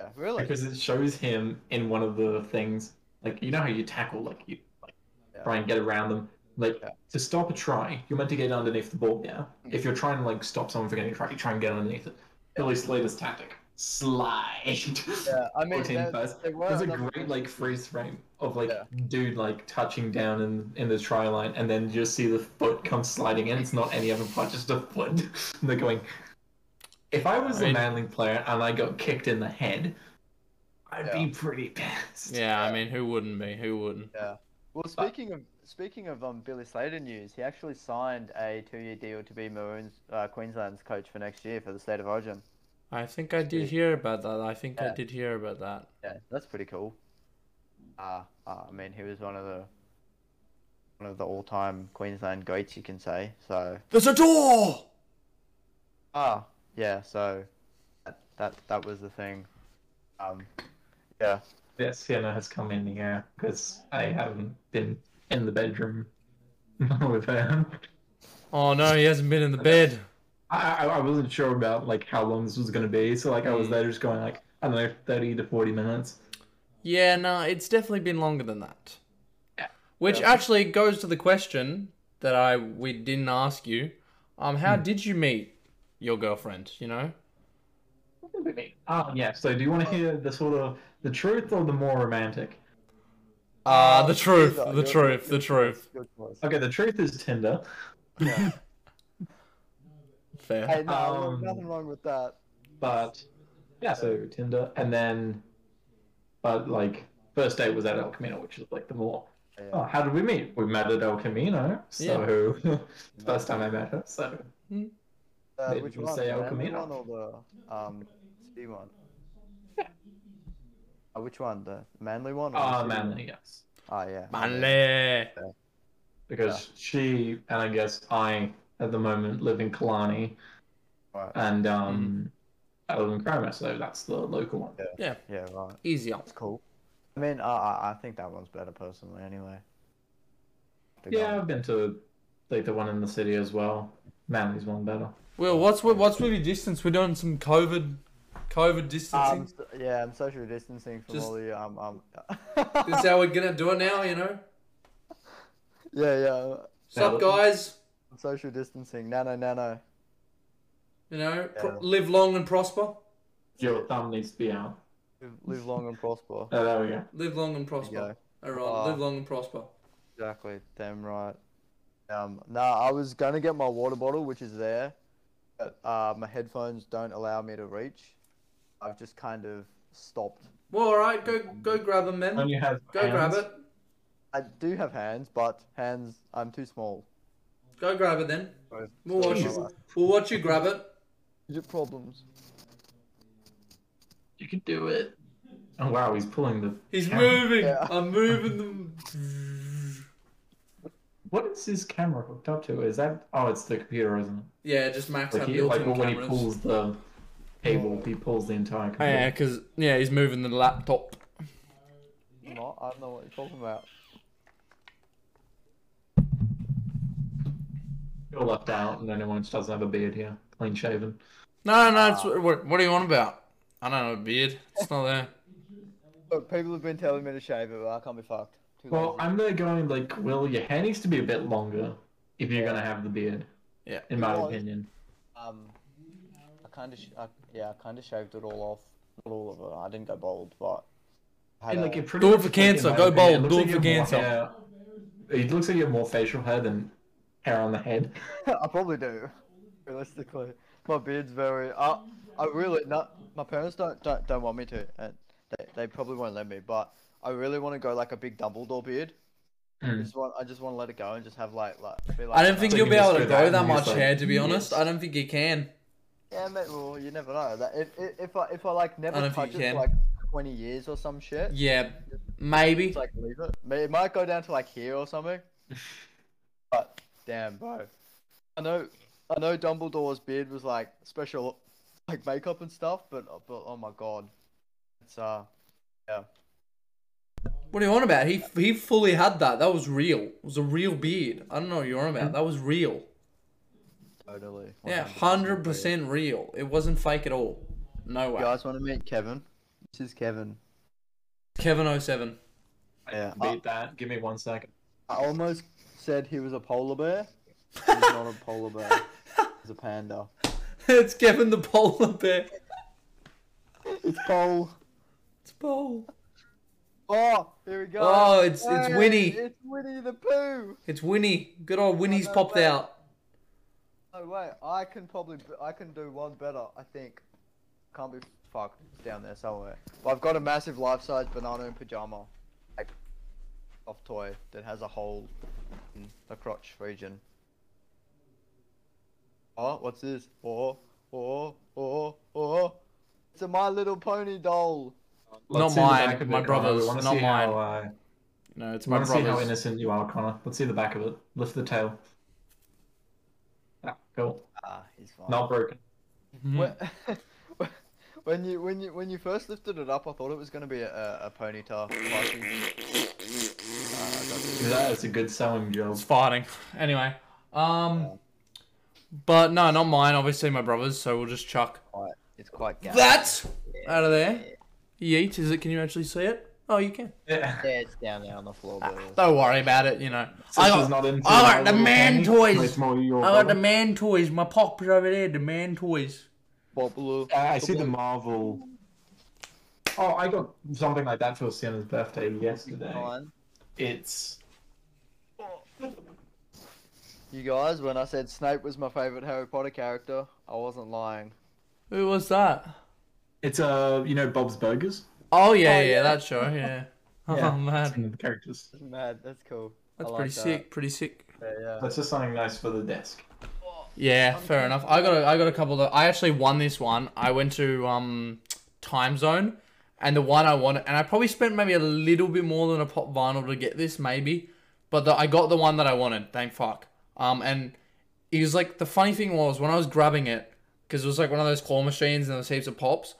Yeah, really.
because it shows him in one of the things like you know how you tackle like you like
Yeah.
try and get around them like
Yeah. Mm-hmm.
to stop a try you're meant to get underneath the ball now. If you're trying to like stop someone from getting a try, you try and get underneath it. Billy Slater's tactic: slide.
Yeah, I mean,
14
there,
first.
there were
There's a
another-
great like freeze frame of like
Yeah.
dude like touching down in in the try line, and then you just see the foot come sliding in. It's not any other part, just a foot. and they're going. If I was
I mean-
a Manly player and I got kicked in the head, I'd
Yeah.
be pretty pissed.
Yeah, I mean, who wouldn't be? Who wouldn't?
Well, speaking of speaking of um Billy Slater news, he actually signed a two-year deal to be Maroons uh, Queensland's coach for next year for the state of origin.
I think I did
Sweet.
hear about that. I think I
Yeah.
did hear about that.
Yeah, that's pretty cool. Uh, uh, I mean, he was one of the one of the all-time Queensland greats, you can say. So
There's a door!
Ah, yeah. So that that, that was the thing. Um, yeah,
That Sienna has come in here because I haven't been in the bedroom with her.
Oh no, he hasn't been in the bed.
I, I I wasn't sure about like how long this was gonna be, so like I was
Mm.
there just going like I don't know thirty to forty minutes.
Yeah, no, it's definitely been longer than that.
Yeah.
Which actually goes to the question that I we didn't ask you. Um, how
Hmm.
did you meet your girlfriend? You know,
Ah, yeah. So do you want to hear the sort of the truth or the more romantic?
ah,
Uh,
the truth,
neither.
the
You're-
truth, the truth.
good choice.
Okay, the truth is Tinder.
Yeah.
Fair.
Hey, no, look,
Um,
nothing wrong with that.
But yeah, so Tinder, and then, but like first date was at El Camino, which is like the more.
Yeah.
Oh, how did we meet? We met at El Camino. So first time I met her. So
Uh,
maybe
which
we'll
one?
say
The
El
Rambo
Camino.
one or the um, C one? Uh, which one? The manly one? or the
ah,
C one?
manly, yes,
Ah, yeah.
Manly.
because she and I guess I at the moment live in Kalani,
Right.
and um, I live in Cromer, so that's the local one.
Yeah,
Yeah, right.
easier.
That's cool. I mean, uh, I I think that one's better personally. Anyway. The
Yeah,
gun.
I've been to like the one in the city as well. Manly's one better.
Well, what's with, what's with your distance? We're doing some COVID, COVID distancing.
Um, so- yeah, I'm social distancing from
Just-
all the um um.
This is how we're gonna do it now, you know.
yeah, yeah.
What's up, guys?
Social distancing. Nano, nano.
You know, pro-
Yeah.
live long and prosper.
Your thumb needs to be out.
Live- Live long and prosper.
Oh, there we go.
Live long and
There you go.
prosper. All right,
Oh.
live long and prosper.
Exactly. Damn right. Um, nah, I was gonna get my water bottle, which is there, but uh, my headphones don't allow me to reach. I've just kind of stopped.
Well, all right, go go grab them then.
Only has
Go grab
hands.
it.
I do have hands, but hands, I'm too small.
Go grab it then.
So-
We'll watch
so-
you. We'll watch you grab it.
Your problems.
You can do it. Oh wow, he's pulling the.
He's
camera.
moving.
Yeah.
I'm moving them.
What is his camera hooked up to? Is that? Oh, it's the computer, isn't it?
Yeah, just max
Like,
out
he,
built-in
like when he
cameras.
pulls the cable, he pulls the entire
Oh,
computer.
yeah, because yeah, he's moving the laptop.
Not, I don't know what you're talking about.
You're left out, and anyone who doesn't have a beard here, clean shaven.
No, no, it's, what, what are you on about? I don't know, beard. It's not there.
Look, people have been telling me to shave it, but I can't be fucked. Too
Well,
lazy.
I'm there going like, Will, your hair needs to be a bit longer if you're gonna have the beard.
Yeah.
In my
Well,
opinion.
Um, I kind of, sh- I, yeah, I kind of shaved it all off. Not all of it. I didn't go bald, but. I had
And,
a-
like, it pretty
Do it
much
for
looks like
cancer,
in my
go bald,
opinion, looks
do
like
it
you
for
have
cancer.
more hair- It looks like you have more facial hair than hair on the head.
I probably do. Realistically, my beard's very. I, I really not. My parents don't don't, don't want me to, and they, they probably won't let me. But I really want to go like a big Dumbledore beard. I
Mm.
just want I just want to let it go and just have like like. Be like
Hmm. I don't think
So
you'll
you
be
can
able to
just go
grow
back
that
and
much
just, like,
hair. To be
yes.
honest, I don't think you can.
Yeah, mate. Well, you never know. That if if, if I if I like
I
never
don't think
touch
you
it
can.
for like twenty years or some shit,
Yeah, maybe.
just like leave it. May- It might go down to like here or something. But damn, bro. I know, I know. Dumbledore's beard was like special, like makeup and stuff. But but oh my god, it's uh,
What are you on about? He he fully had that. That was real. It was a real beard. I don't know what you're on about. That was real.
totally.
Yeah,
100%
hundred percent real. It wasn't fake at all. No
You
way.
guys want to meet Kevin? This is Kevin.
Kevin 07.
Yeah,
Beat that. Give me one second.
I almost said he was a polar bear. He's not a polar bear. He's a panda.
it's Kevin the polar bear.
It's Paul.
It's Paul.
Oh, here we go.
Oh, it's- it's
Hey,
Winnie.
It's Winnie the Pooh.
It's Winnie. Good old Winnie's
no
popped
way.
out.
No way. I can probably I can do one better. I think. Can't be fucked It's down there somewhere. But I've got a massive life size banana in pajama, like, off toy that has a hole in the crotch region. Oh, what's this? Oh, oh, oh, oh. It's a My Little Pony doll.
Not
see the
mine,
back of
my
it, Connor.
brother's,
We wanna
not
see
mine.
How, uh,
No, it's
we
my
want to see how
brother's.
innocent you are, Connor. Let's see the back of it. Lift the tail. Ah, cool.
Ah, he's fine.
Not broken.
Hmm.
When, when you when you when you first lifted it up, I thought it was gonna be a, a, a ponytail. Like you- Uh, I got it.
That is a good sewing job.
It's fighting. Anyway, um, but no, not mine. Obviously, my brother's. So we'll just chuck
quite, it's quite gas.
that out of there. Yeet. Is it? Can you actually see it? Oh, you can.
Yeah.
Yeah, it's down there on Ah, the floor. But
Don't worry about it. You know,
Since
I
he's
got,
not into
I got
My
the
Little
man
Pony,
toys.
it's more your
I got the
brother.
man toys. My pop's over there. The man toys.
popular.
Uh, I see the Marvel. Oh, I got something like that for Sienna's birthday yesterday.
Fine.
It's
You guys, when I said Snape was my favorite Harry Potter character, I wasn't lying.
Who was that?
it's uh, you know Bob's Burgers.
Oh yeah, yeah,
Oh, yeah.
that show. Yeah. Oh
Yeah, it's
man,
one of the characters.
That's mad. That's cool. uh, I
that's
like
pretty
that.
sick. Pretty sick.
Yeah, yeah.
That's just something nice for the desk.
Yeah, fair enough. I got a, I got a couple of. I actually won this one. I went to um, Time Zone, and the one I wanted, and I probably spent maybe a little bit more than a pop vinyl to get this, maybe, but the, I got the one that I wanted. Thank fuck. Um, and it was like the funny thing was when I was grabbing it because it was like one of those claw machines and there was heaps of pops.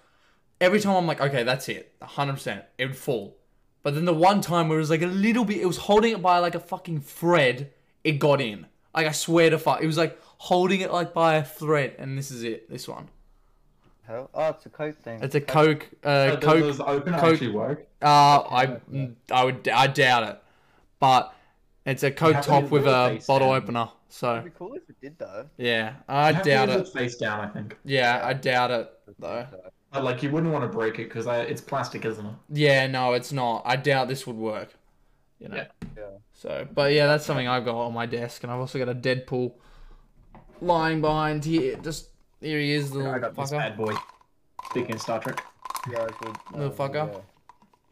Every time I'm like, okay, that's it, hundred percent, it would fall. But then the one time where it was like a little bit, it was holding it by like a fucking thread, it got in. Like I swear to fuck, it was like holding it like by a thread, and this is it. This one.
Hell- Oh, it's a coat thing.
It's a Coke. Uh,
Does-
Coke.
does open
Coke-
actually work?
Uh, I, I would, I doubt it, but it's a Coke
happened
top
in
with
the
a
face
bottle
then?
opener. So
It'd be cool if it did though.
yeah, I
Have to
doubt
use
it.
Face down, I think.
Yeah, I doubt it though.
But like, you wouldn't want to break it because it's plastic, isn't it?
Yeah, no, it's not. I doubt this would work. You know.
Yeah.
So, but yeah, that's something I've got on my desk, and I've also got a Deadpool lying behind here. Just here he is, the
I
little
got this
fucker.
bad boy. Speaking of Star Trek,
You guys would, no,
Motherfucker.
yeah.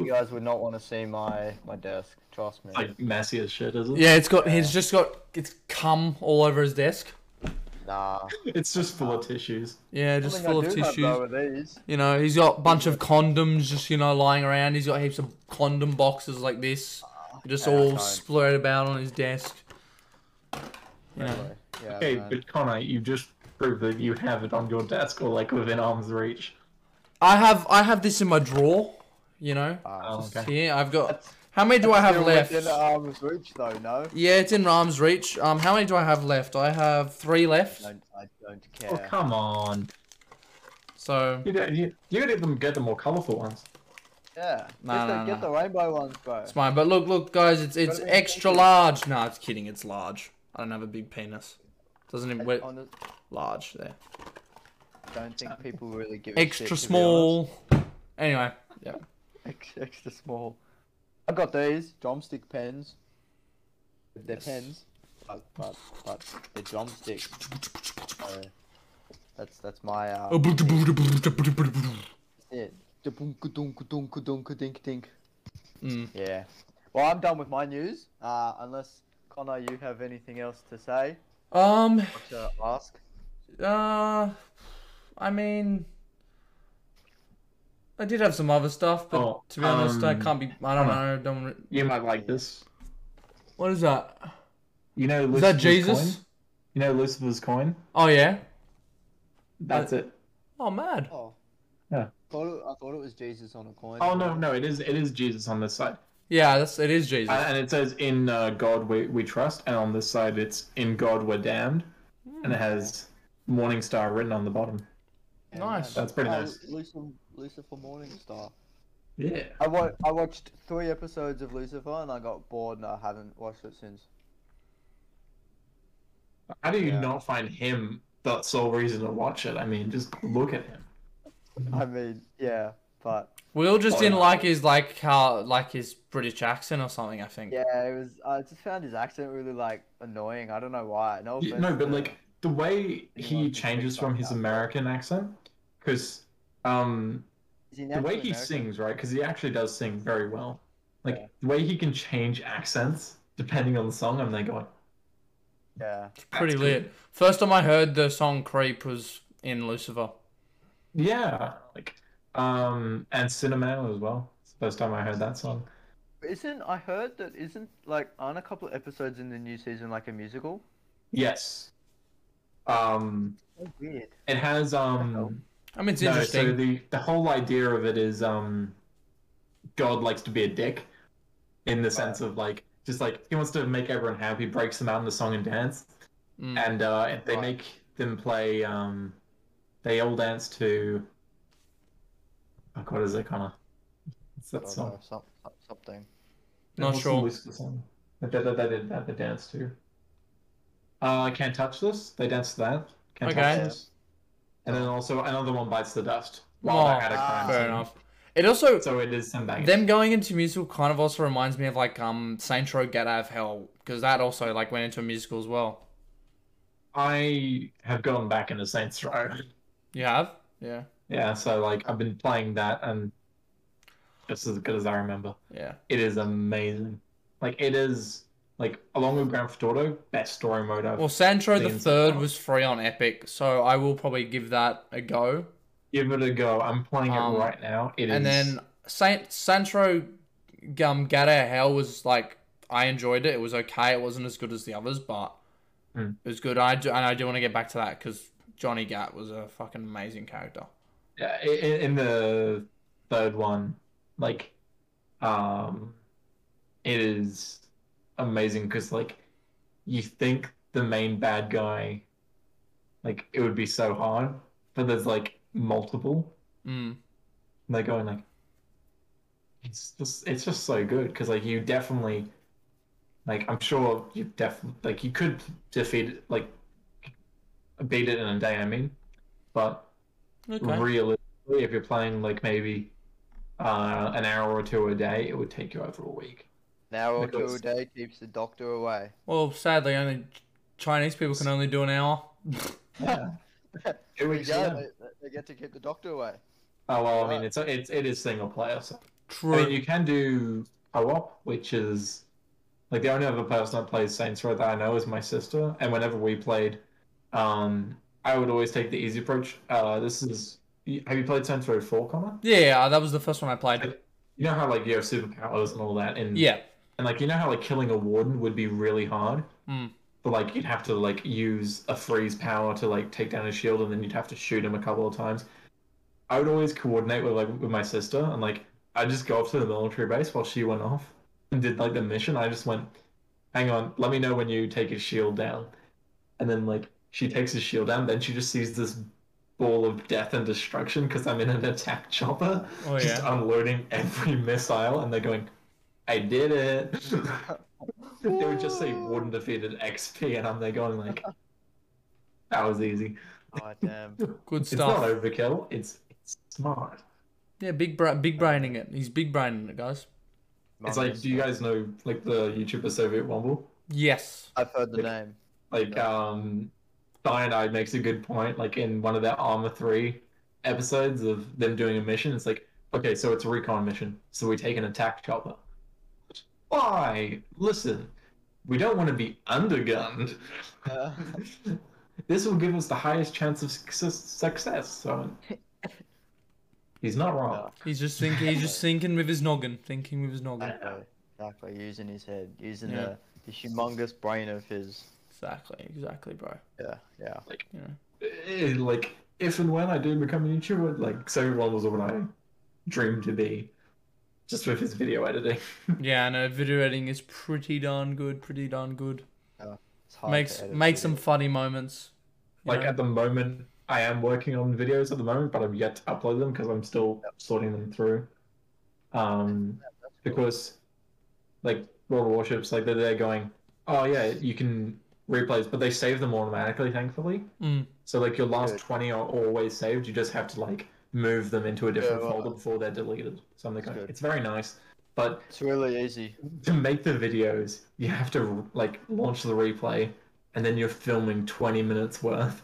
You guys would not want to see my my desk. Trust me.
it's like messy as shit, isn't it?
Yeah, it's got. He's just got. It's cum all over his desk.
Nah.
It's just full of tissues.
Yeah, just
Something
full
I
of
do have,
tissues.
though, with these.
You know, he's got a bunch of condoms just, you know, lying around. He's got heaps of condom boxes like this, just
yeah,
all
fine.
spread about on his desk. You know,
Anyway, yeah,
Okay,
man.
but Connor, you just proved that you have it on your desk or like within arm's reach.
I have I have this in my drawer, you know.
Ah,
Oh,
just
okay.
here. I've got
That's-
how many do I have
still
left?
Within uh, arm's reach, though. No.
Yeah, it's in arm's reach. Um, how many do I have left? I have three left.
Don't, I don't
Oh
care.
come on!
So
You don't, you you gotta get them get the more colorful ones.
yeah.
Nah,
Just
nah,
don't
nah.
get the rainbow ones, bro.
it's fine. But look, look, guys, it's it's
Gotta be
extra
thinking.
large. Nah, it's kidding. It's large. I don't have a big penis. Doesn't
I
even wait,
honest-
large there.
don't think people really give. a shit,
Extra
to be honest.
small. Anyway, yeah.
Ex- extra small. I got these drumstick pens. They're
Yes.
pens, but but but they're drumsticks. So that's that's my uh.
Mm.
that's it. Da-boom, ka-doom, ka-doom, ka-doom, ka-dink, dink.
Mm.
Yeah. Well, I'm done with my news. Uh, unless Connor, you have anything else to say
Um.
or to ask?
Uh. I mean, I did have some other stuff, but
Oh,
to be honest, I
um,
can't be. I don't know. Don't. re-
You might like this.
What is that?
You know,
Is
Lucifer's
that
Coin?
Jesus?
You know, Lucifer's coin.
Oh yeah.
That's it.
Oh mad.
Oh.
Yeah.
Thought it, I thought it was Jesus on a coin.
Oh no, no, it is it is Jesus on this side,
Yeah, that's it is Jesus.
and, and it says in uh, God we, we trust, and on this side it's in God we're damned, and it has Morning Star written on the bottom.
Nice.
That's pretty
Oh,
nice.
Lucifer, Lucifer Morningstar.
Yeah.
I, wa- I watched three episodes of Lucifer and I got bored and I haven't watched it since.
How do you
Yeah.
not find him the sole reason to watch it? I mean, just look at him.
I mean, yeah, but
We all just
Oh,
didn't
yeah.
like his like how like his British accent or something. I think.
yeah, it was. I just found his accent really like annoying. I don't know why. No,
Yeah,
offense
no, but
to-
like the way
Anyone
he
can
changes
pick up
from his
that.
American accent, because um,
Is he
the way
naturally
he
American?
sings, right? Because he actually does sing very well. Like
Yeah.
the way he can change accents depending on the song, I'm like going.
Yeah.
It's pretty
That's
lit. First time I heard the song "Creep" was in Lucifer.
Yeah, like um, and Cinnamon as well. It's the first time I heard that song.
Isn't I heard that isn't like aren't a couple of episodes in the new season like a musical?
Yes. Um,
Oh, weird.
it has
hell?
um.
I mean, it's
no,
interesting.
so the the whole idea of it is um, God likes to be a dick, in the sense of like just like he wants to make everyone happy, breaks them out into song and dance,
Mm.
and uh, they
Right.
make them play um, they all dance to. Oh, God, what is it, Connor? What's that
Oh,
song?
no, some- some- something.
Not
What's the
sure.
list of song That that- that they did that they danced to. Uh, can't touch this. They danced to that. Can't touch
Okay.
this. And then also another one bites the dust. While they're
Oh,
at a crime
Fair
scene.
enough. It also
So it is some bangers.
them going into musical kind of also reminds me of like um Saint Row Get Out of Hell because that also like went into a musical as well.
I have gone back into Saints Row.
You have? Yeah.
Yeah, so like I've been playing that and just as good as I remember.
Yeah.
It is amazing. Like it is like along with Grand Theft Auto, best story mode I've
Well, Santro the
Scenes.
Third was free on Epic, so I will probably give that a go.
give it a go. I'm playing
Um,
it right now. It is
And then Saint Santro um, Get Out of Hell was like I enjoyed it. It was okay. It wasn't as good as the others, but
Mm.
it was good. I do, and I do want to get back to that because Johnny Gat was a fucking amazing character.
Yeah, i- i- in the third one, like, um, it is amazing because like you think the main bad guy, like it would be so hard, but there's like multiple.
Mm.
And they're going like, it's just it's just so good because like you definitely Like I'm sure you def like you could defeat like beat it in a day. I mean, but
Okay.
realistically, if you're playing like maybe uh, an hour or two a day, it would take you over a week.
An hour or two a
Because-
day keeps the doctor away.
Well, sadly, only Chinese people can only do an hour.
Yeah. two
There you
weeks.
go.
yeah.
They, they get to keep the doctor away.
Oh well, I mean, it's it's it is single player, so I
True.
mean, you can do co-op, which is like the only other person that plays Saints Row that I know is my sister, and whenever we played, um, I would always take the easy approach. Uh, this is have you played Saints Row Four, Connor?
Yeah, uh, that was the first one I played.
You know how like you have superpowers and all that, and
Yeah.
and like you know how like killing a warden would be really hard.
Mm.
But like you'd have to like use a freeze power to like take down his shield, and then you'd have to shoot him a couple of times. I would always coordinate with like with my sister, and like I'd just go off to the military base while she went off and did like the mission. I just went, "Hang on, let me know when you take his shield down," and then like she takes his shield down, then she just sees this ball of death and destruction because I'm in an attack chopper,
Oh,
just
yeah.
unloading every missile, and they're going, "I did it." they would just say Warden defeated XP, and I'm there going like, "That was easy."
Oh damn.
Good
It's not
stuff.
overkill. It's it's smart.
Yeah, big bra- big braining it. He's big braining it, guys.
It's like, do you guys know like the YouTuber Soviet Womble?
Yes.
I've heard the name.
Like, um, Cyanide makes a good point. Like in one of their Armor Three episodes of them doing a mission, it's like, okay, so it's a recon mission, so we take an attack chopper. Why? Listen, we don't want to be undergunned.
Uh,
this will give us the highest chance of success. success so he's not wrong.
He's just thinking. He's just thinking with his noggin. Thinking with his noggin.
exactly. Exactly. Using his head, using
Yeah.
the, the humongous brain of his.
Exactly. Exactly, bro.
Yeah, yeah.
You know.
Eh, like if and when I do become a YouTuber, like so everyone was what I dreamed to be, just with his video editing.
Yeah, I know. Video editing is pretty darn good. Pretty darn good.
It's hard to
makes
edit
makes some
video.
funny moments. you
like uh,
know?
at the moment, I am working on videos at the moment, but I've yet to upload them because I'm still sorting them through. Um, because like World of Warships, like they're there going, oh yeah, you can replays, but they save them automatically, thankfully.
Mm.
So like your last
Good.
twenty are always saved. You just have to like move them into a different
Yeah, well-
folder before they're deleted. So I'm like,
That's good.
it's very nice, but
It's really easy.
to make the videos, you have to like launch the replay, and then you're filming twenty minutes worth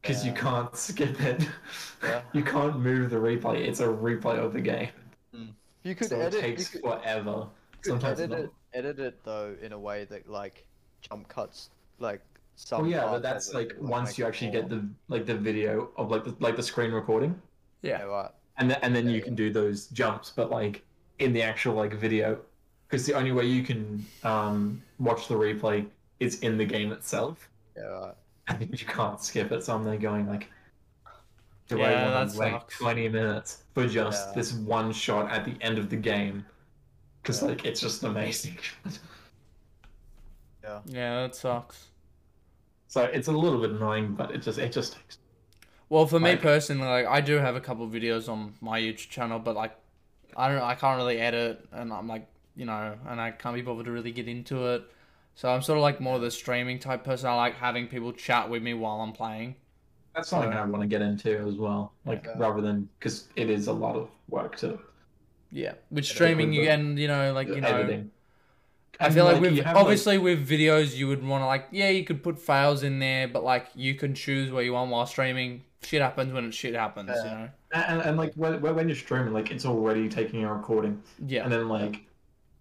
because you
Yeah.
can't skip it.
Yeah.
you can't move the replay. It's a replay of the game,
You could
so it
edit.
takes
you could,
forever.
you could
Sometimes
edit
not.
it, edit it though in a way that like jump cuts like some.
Oh yeah,
parts
but
of
that's
it,
like once
make
you
it
actually
more-
get the like the video of like the like the screen recording,
Yeah,
Yeah.
right.
and then and then
Yeah,
you can do those jumps, but like in the actual like video, because the only way you can um watch the replay is in the game itself,
Yeah, right.
and you can't skip it. So I'm there going like, do
Yeah,
I want
that
to wait
sucks.
20 minutes for just
Yeah.
this one shot at the end of the game? Because
Yeah.
like it's just an amazing. shot.
Yeah.
Yeah, that sucks.
so it's a little bit annoying, but it just it just takes.
Well, for me
Like-
personally, like I do have a couple of videos on my YouTube channel, but like I don't, I can't really edit, and I'm like, you know, and I can't be bothered to really get into it. So I'm sort of like more of the streaming type person. I like having people chat with me while I'm playing.
That's something I want to get into as well, like
Yeah.
rather than because it is a lot of work to
Yeah, with streaming
with the-
again, you know, like you know,
editing.
I
And,
feel like,
you
with
have,
obviously with videos you would want to like yeah you could put fails in there but like you can choose where you want while streaming shit happens when it shit happens you
Yeah.
know
like, and, and like when, when you're streaming, like it's already taking your recording,
yeah
and then like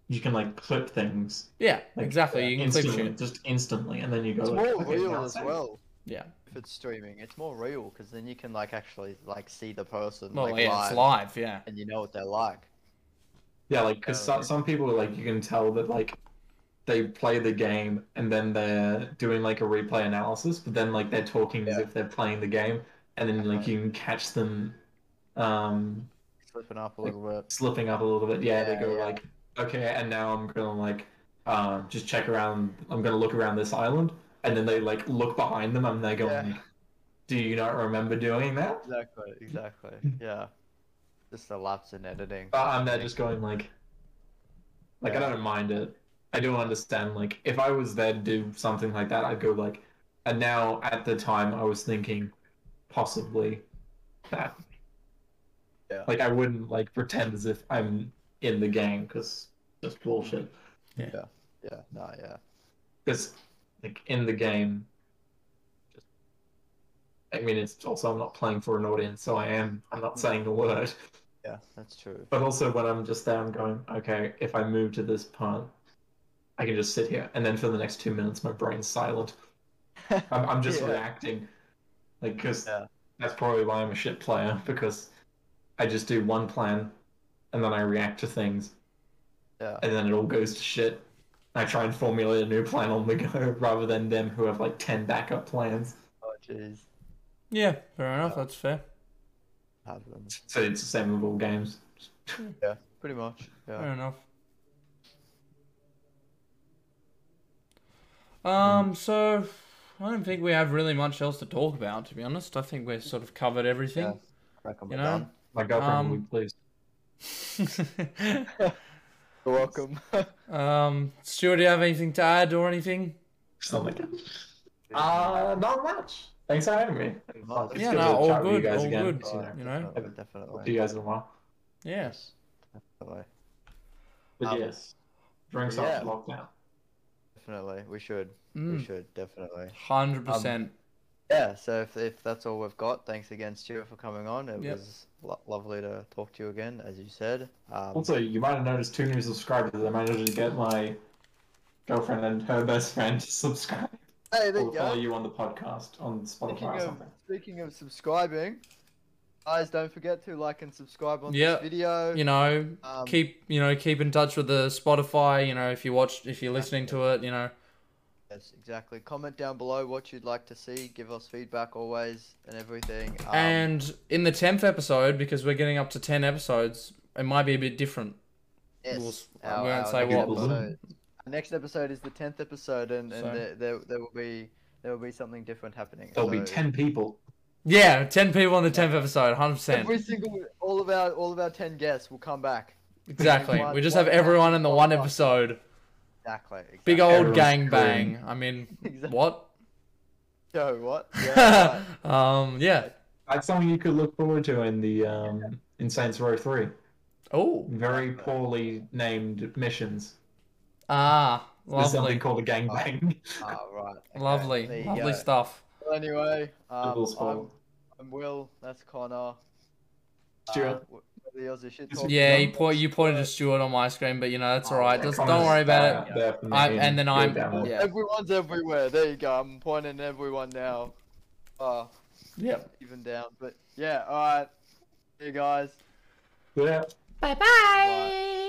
you can like clip things
yeah
like,
exactly you can clip
instantly,
shit
just instantly, and then you go
It's
like,
more
okay,
real
now
as
save.
well.
yeah
If it's streaming, it's more real because then you can like actually like see the person
well
like
yeah
live,
it's live yeah
and you know what they're like.
Yeah, like because some, some people like you can tell that like they play the game and then they're doing like a replay analysis, but then like they're talking as
Yeah.
if they're playing the game, and then
Uh-huh.
like you can catch them um
Slipping up a little bit.
slipping up a little bit. Yeah,
Yeah,
they go
yeah.
like, okay, and now I'm gonna like um, just check around. I'm gonna look around this island, and then they like look behind them, and they're going,
Yeah.
like, "Do you not remember doing that?"
Exactly. Exactly. Yeah. Just a lapse in editing.
But I'm there just going like, like I
Yeah.
don't mind it. I don't understand. Like, if I was there to do something like that, I'd go like. And now, at the time, I was thinking, possibly, that.
Yeah.
Like, I wouldn't like pretend as if I'm in the gang because just bullshit.
Yeah, no, yeah.
Because, like, in the game. just- I mean, it's also I'm not playing for an audience, so I am. I'm not saying the word.
Yeah, that's true.
But also when I'm just there, I'm going, okay, if I move to this part, I can just sit here. And then for the next two minutes, my brain's silent. I'm, I'm just
Yeah.
reacting. Like, because
Yeah.
that's probably why I'm a shit player, because I just do one plan and then I react to things
Yeah.
and then it all goes to shit. I try and formulate a new plan on the go rather than them who have like 10 backup plans.
Oh, jeez.
Yeah, fair enough. That's fair.
Happens.
So it's the same with all games.
Pretty much. Yeah.
Fair enough.
Hmm.
Um, so I don't think we have really much else to talk about, to be honest. I think we've sort of covered
Yeah.
everything.
Reckon
You
we're
know?
done.
My girlfriend will
Um,
be pleased.
You're welcome.
um, Stuart, do you have anything to add or anything?
Something like that. Uh, not much. Thanks for having me.
Oh,
It's
Ah, yeah,
good
no,
to
all
chat with you
good,
guys
all
again.
good.
It's, you know,
you know?
definitely,
See
Definitely.
you guys in a while.
Yeah.
Definitely.
But
Um,
yes, drinks
yeah.
after lockdown.
Definitely. We should. We
Mm,
should. Definitely.
100%.
Yeah. So if, if that's all we've got, thanks again, Stuart, for coming on. It
Yep.
was lo- lovely to talk to you again, as you said. Um,
Also, you might have noticed two new subscribers. I managed to get my girlfriend and her best friend to subscribe
hey, there
or
you
follow
go.
you on the podcast on
Speaking
Spotify or
of,
something.
speaking of subscribing, guys, don't forget to like and subscribe on
Yeah.
this video.
You know,
um,
keep you know keep in touch with the Spotify. You know, if you watch, if you're listening to it, you know,
Yes, exactly. Comment down below what you'd like to see. Give us feedback always and everything. Um,
And in the tenth episode, because we're getting up to ten episodes, it might be a bit different. we'll s- we won't say
next
what, but-
episode- our next episode is the tenth episode, and, and
So-
there, there there will be there will be something different happening.
There'll be
So
ten people.
Yeah, ten people on the tenth episode, hundred percent.
Every single all of our all of our ten guests will come back.
Exactly.
One-
We just
one
have everyone in the one
podcast.
episode.
Exactly. exactly.
Big old
Everyone's
gang
screaming.
bang. I mean,
Exactly.
what?
Yo, what? Yeah, right.
um, yeah.
That's something you could look forward to in the um, in Saints Row Three.
Oh,
Very poorly named missions.
ah,
There's something
lovely,
called a gangbang.
Ah, right. okay, there
lovely,
you
lovely
go.
stuff.
Well, anyway,
Double
um,
spoil.
I'm, I'm Will. That's Connor.
Stuart.
Uh, the Aussie shit
It's-
talk
Yeah, you
numbers.
point you pointed to Stuart on my screen, but you know that's all right.
Oh,
Just
Connor's
don't worry about it.
out there for
I-
me.
and then
Go
I'm-
down.
yeah.
Everyone's everywhere. There you go. I'm pointing at everyone now. Uh,
Yeah.
even down. But yeah, all right. See you guys.
Yeah.
Bye bye.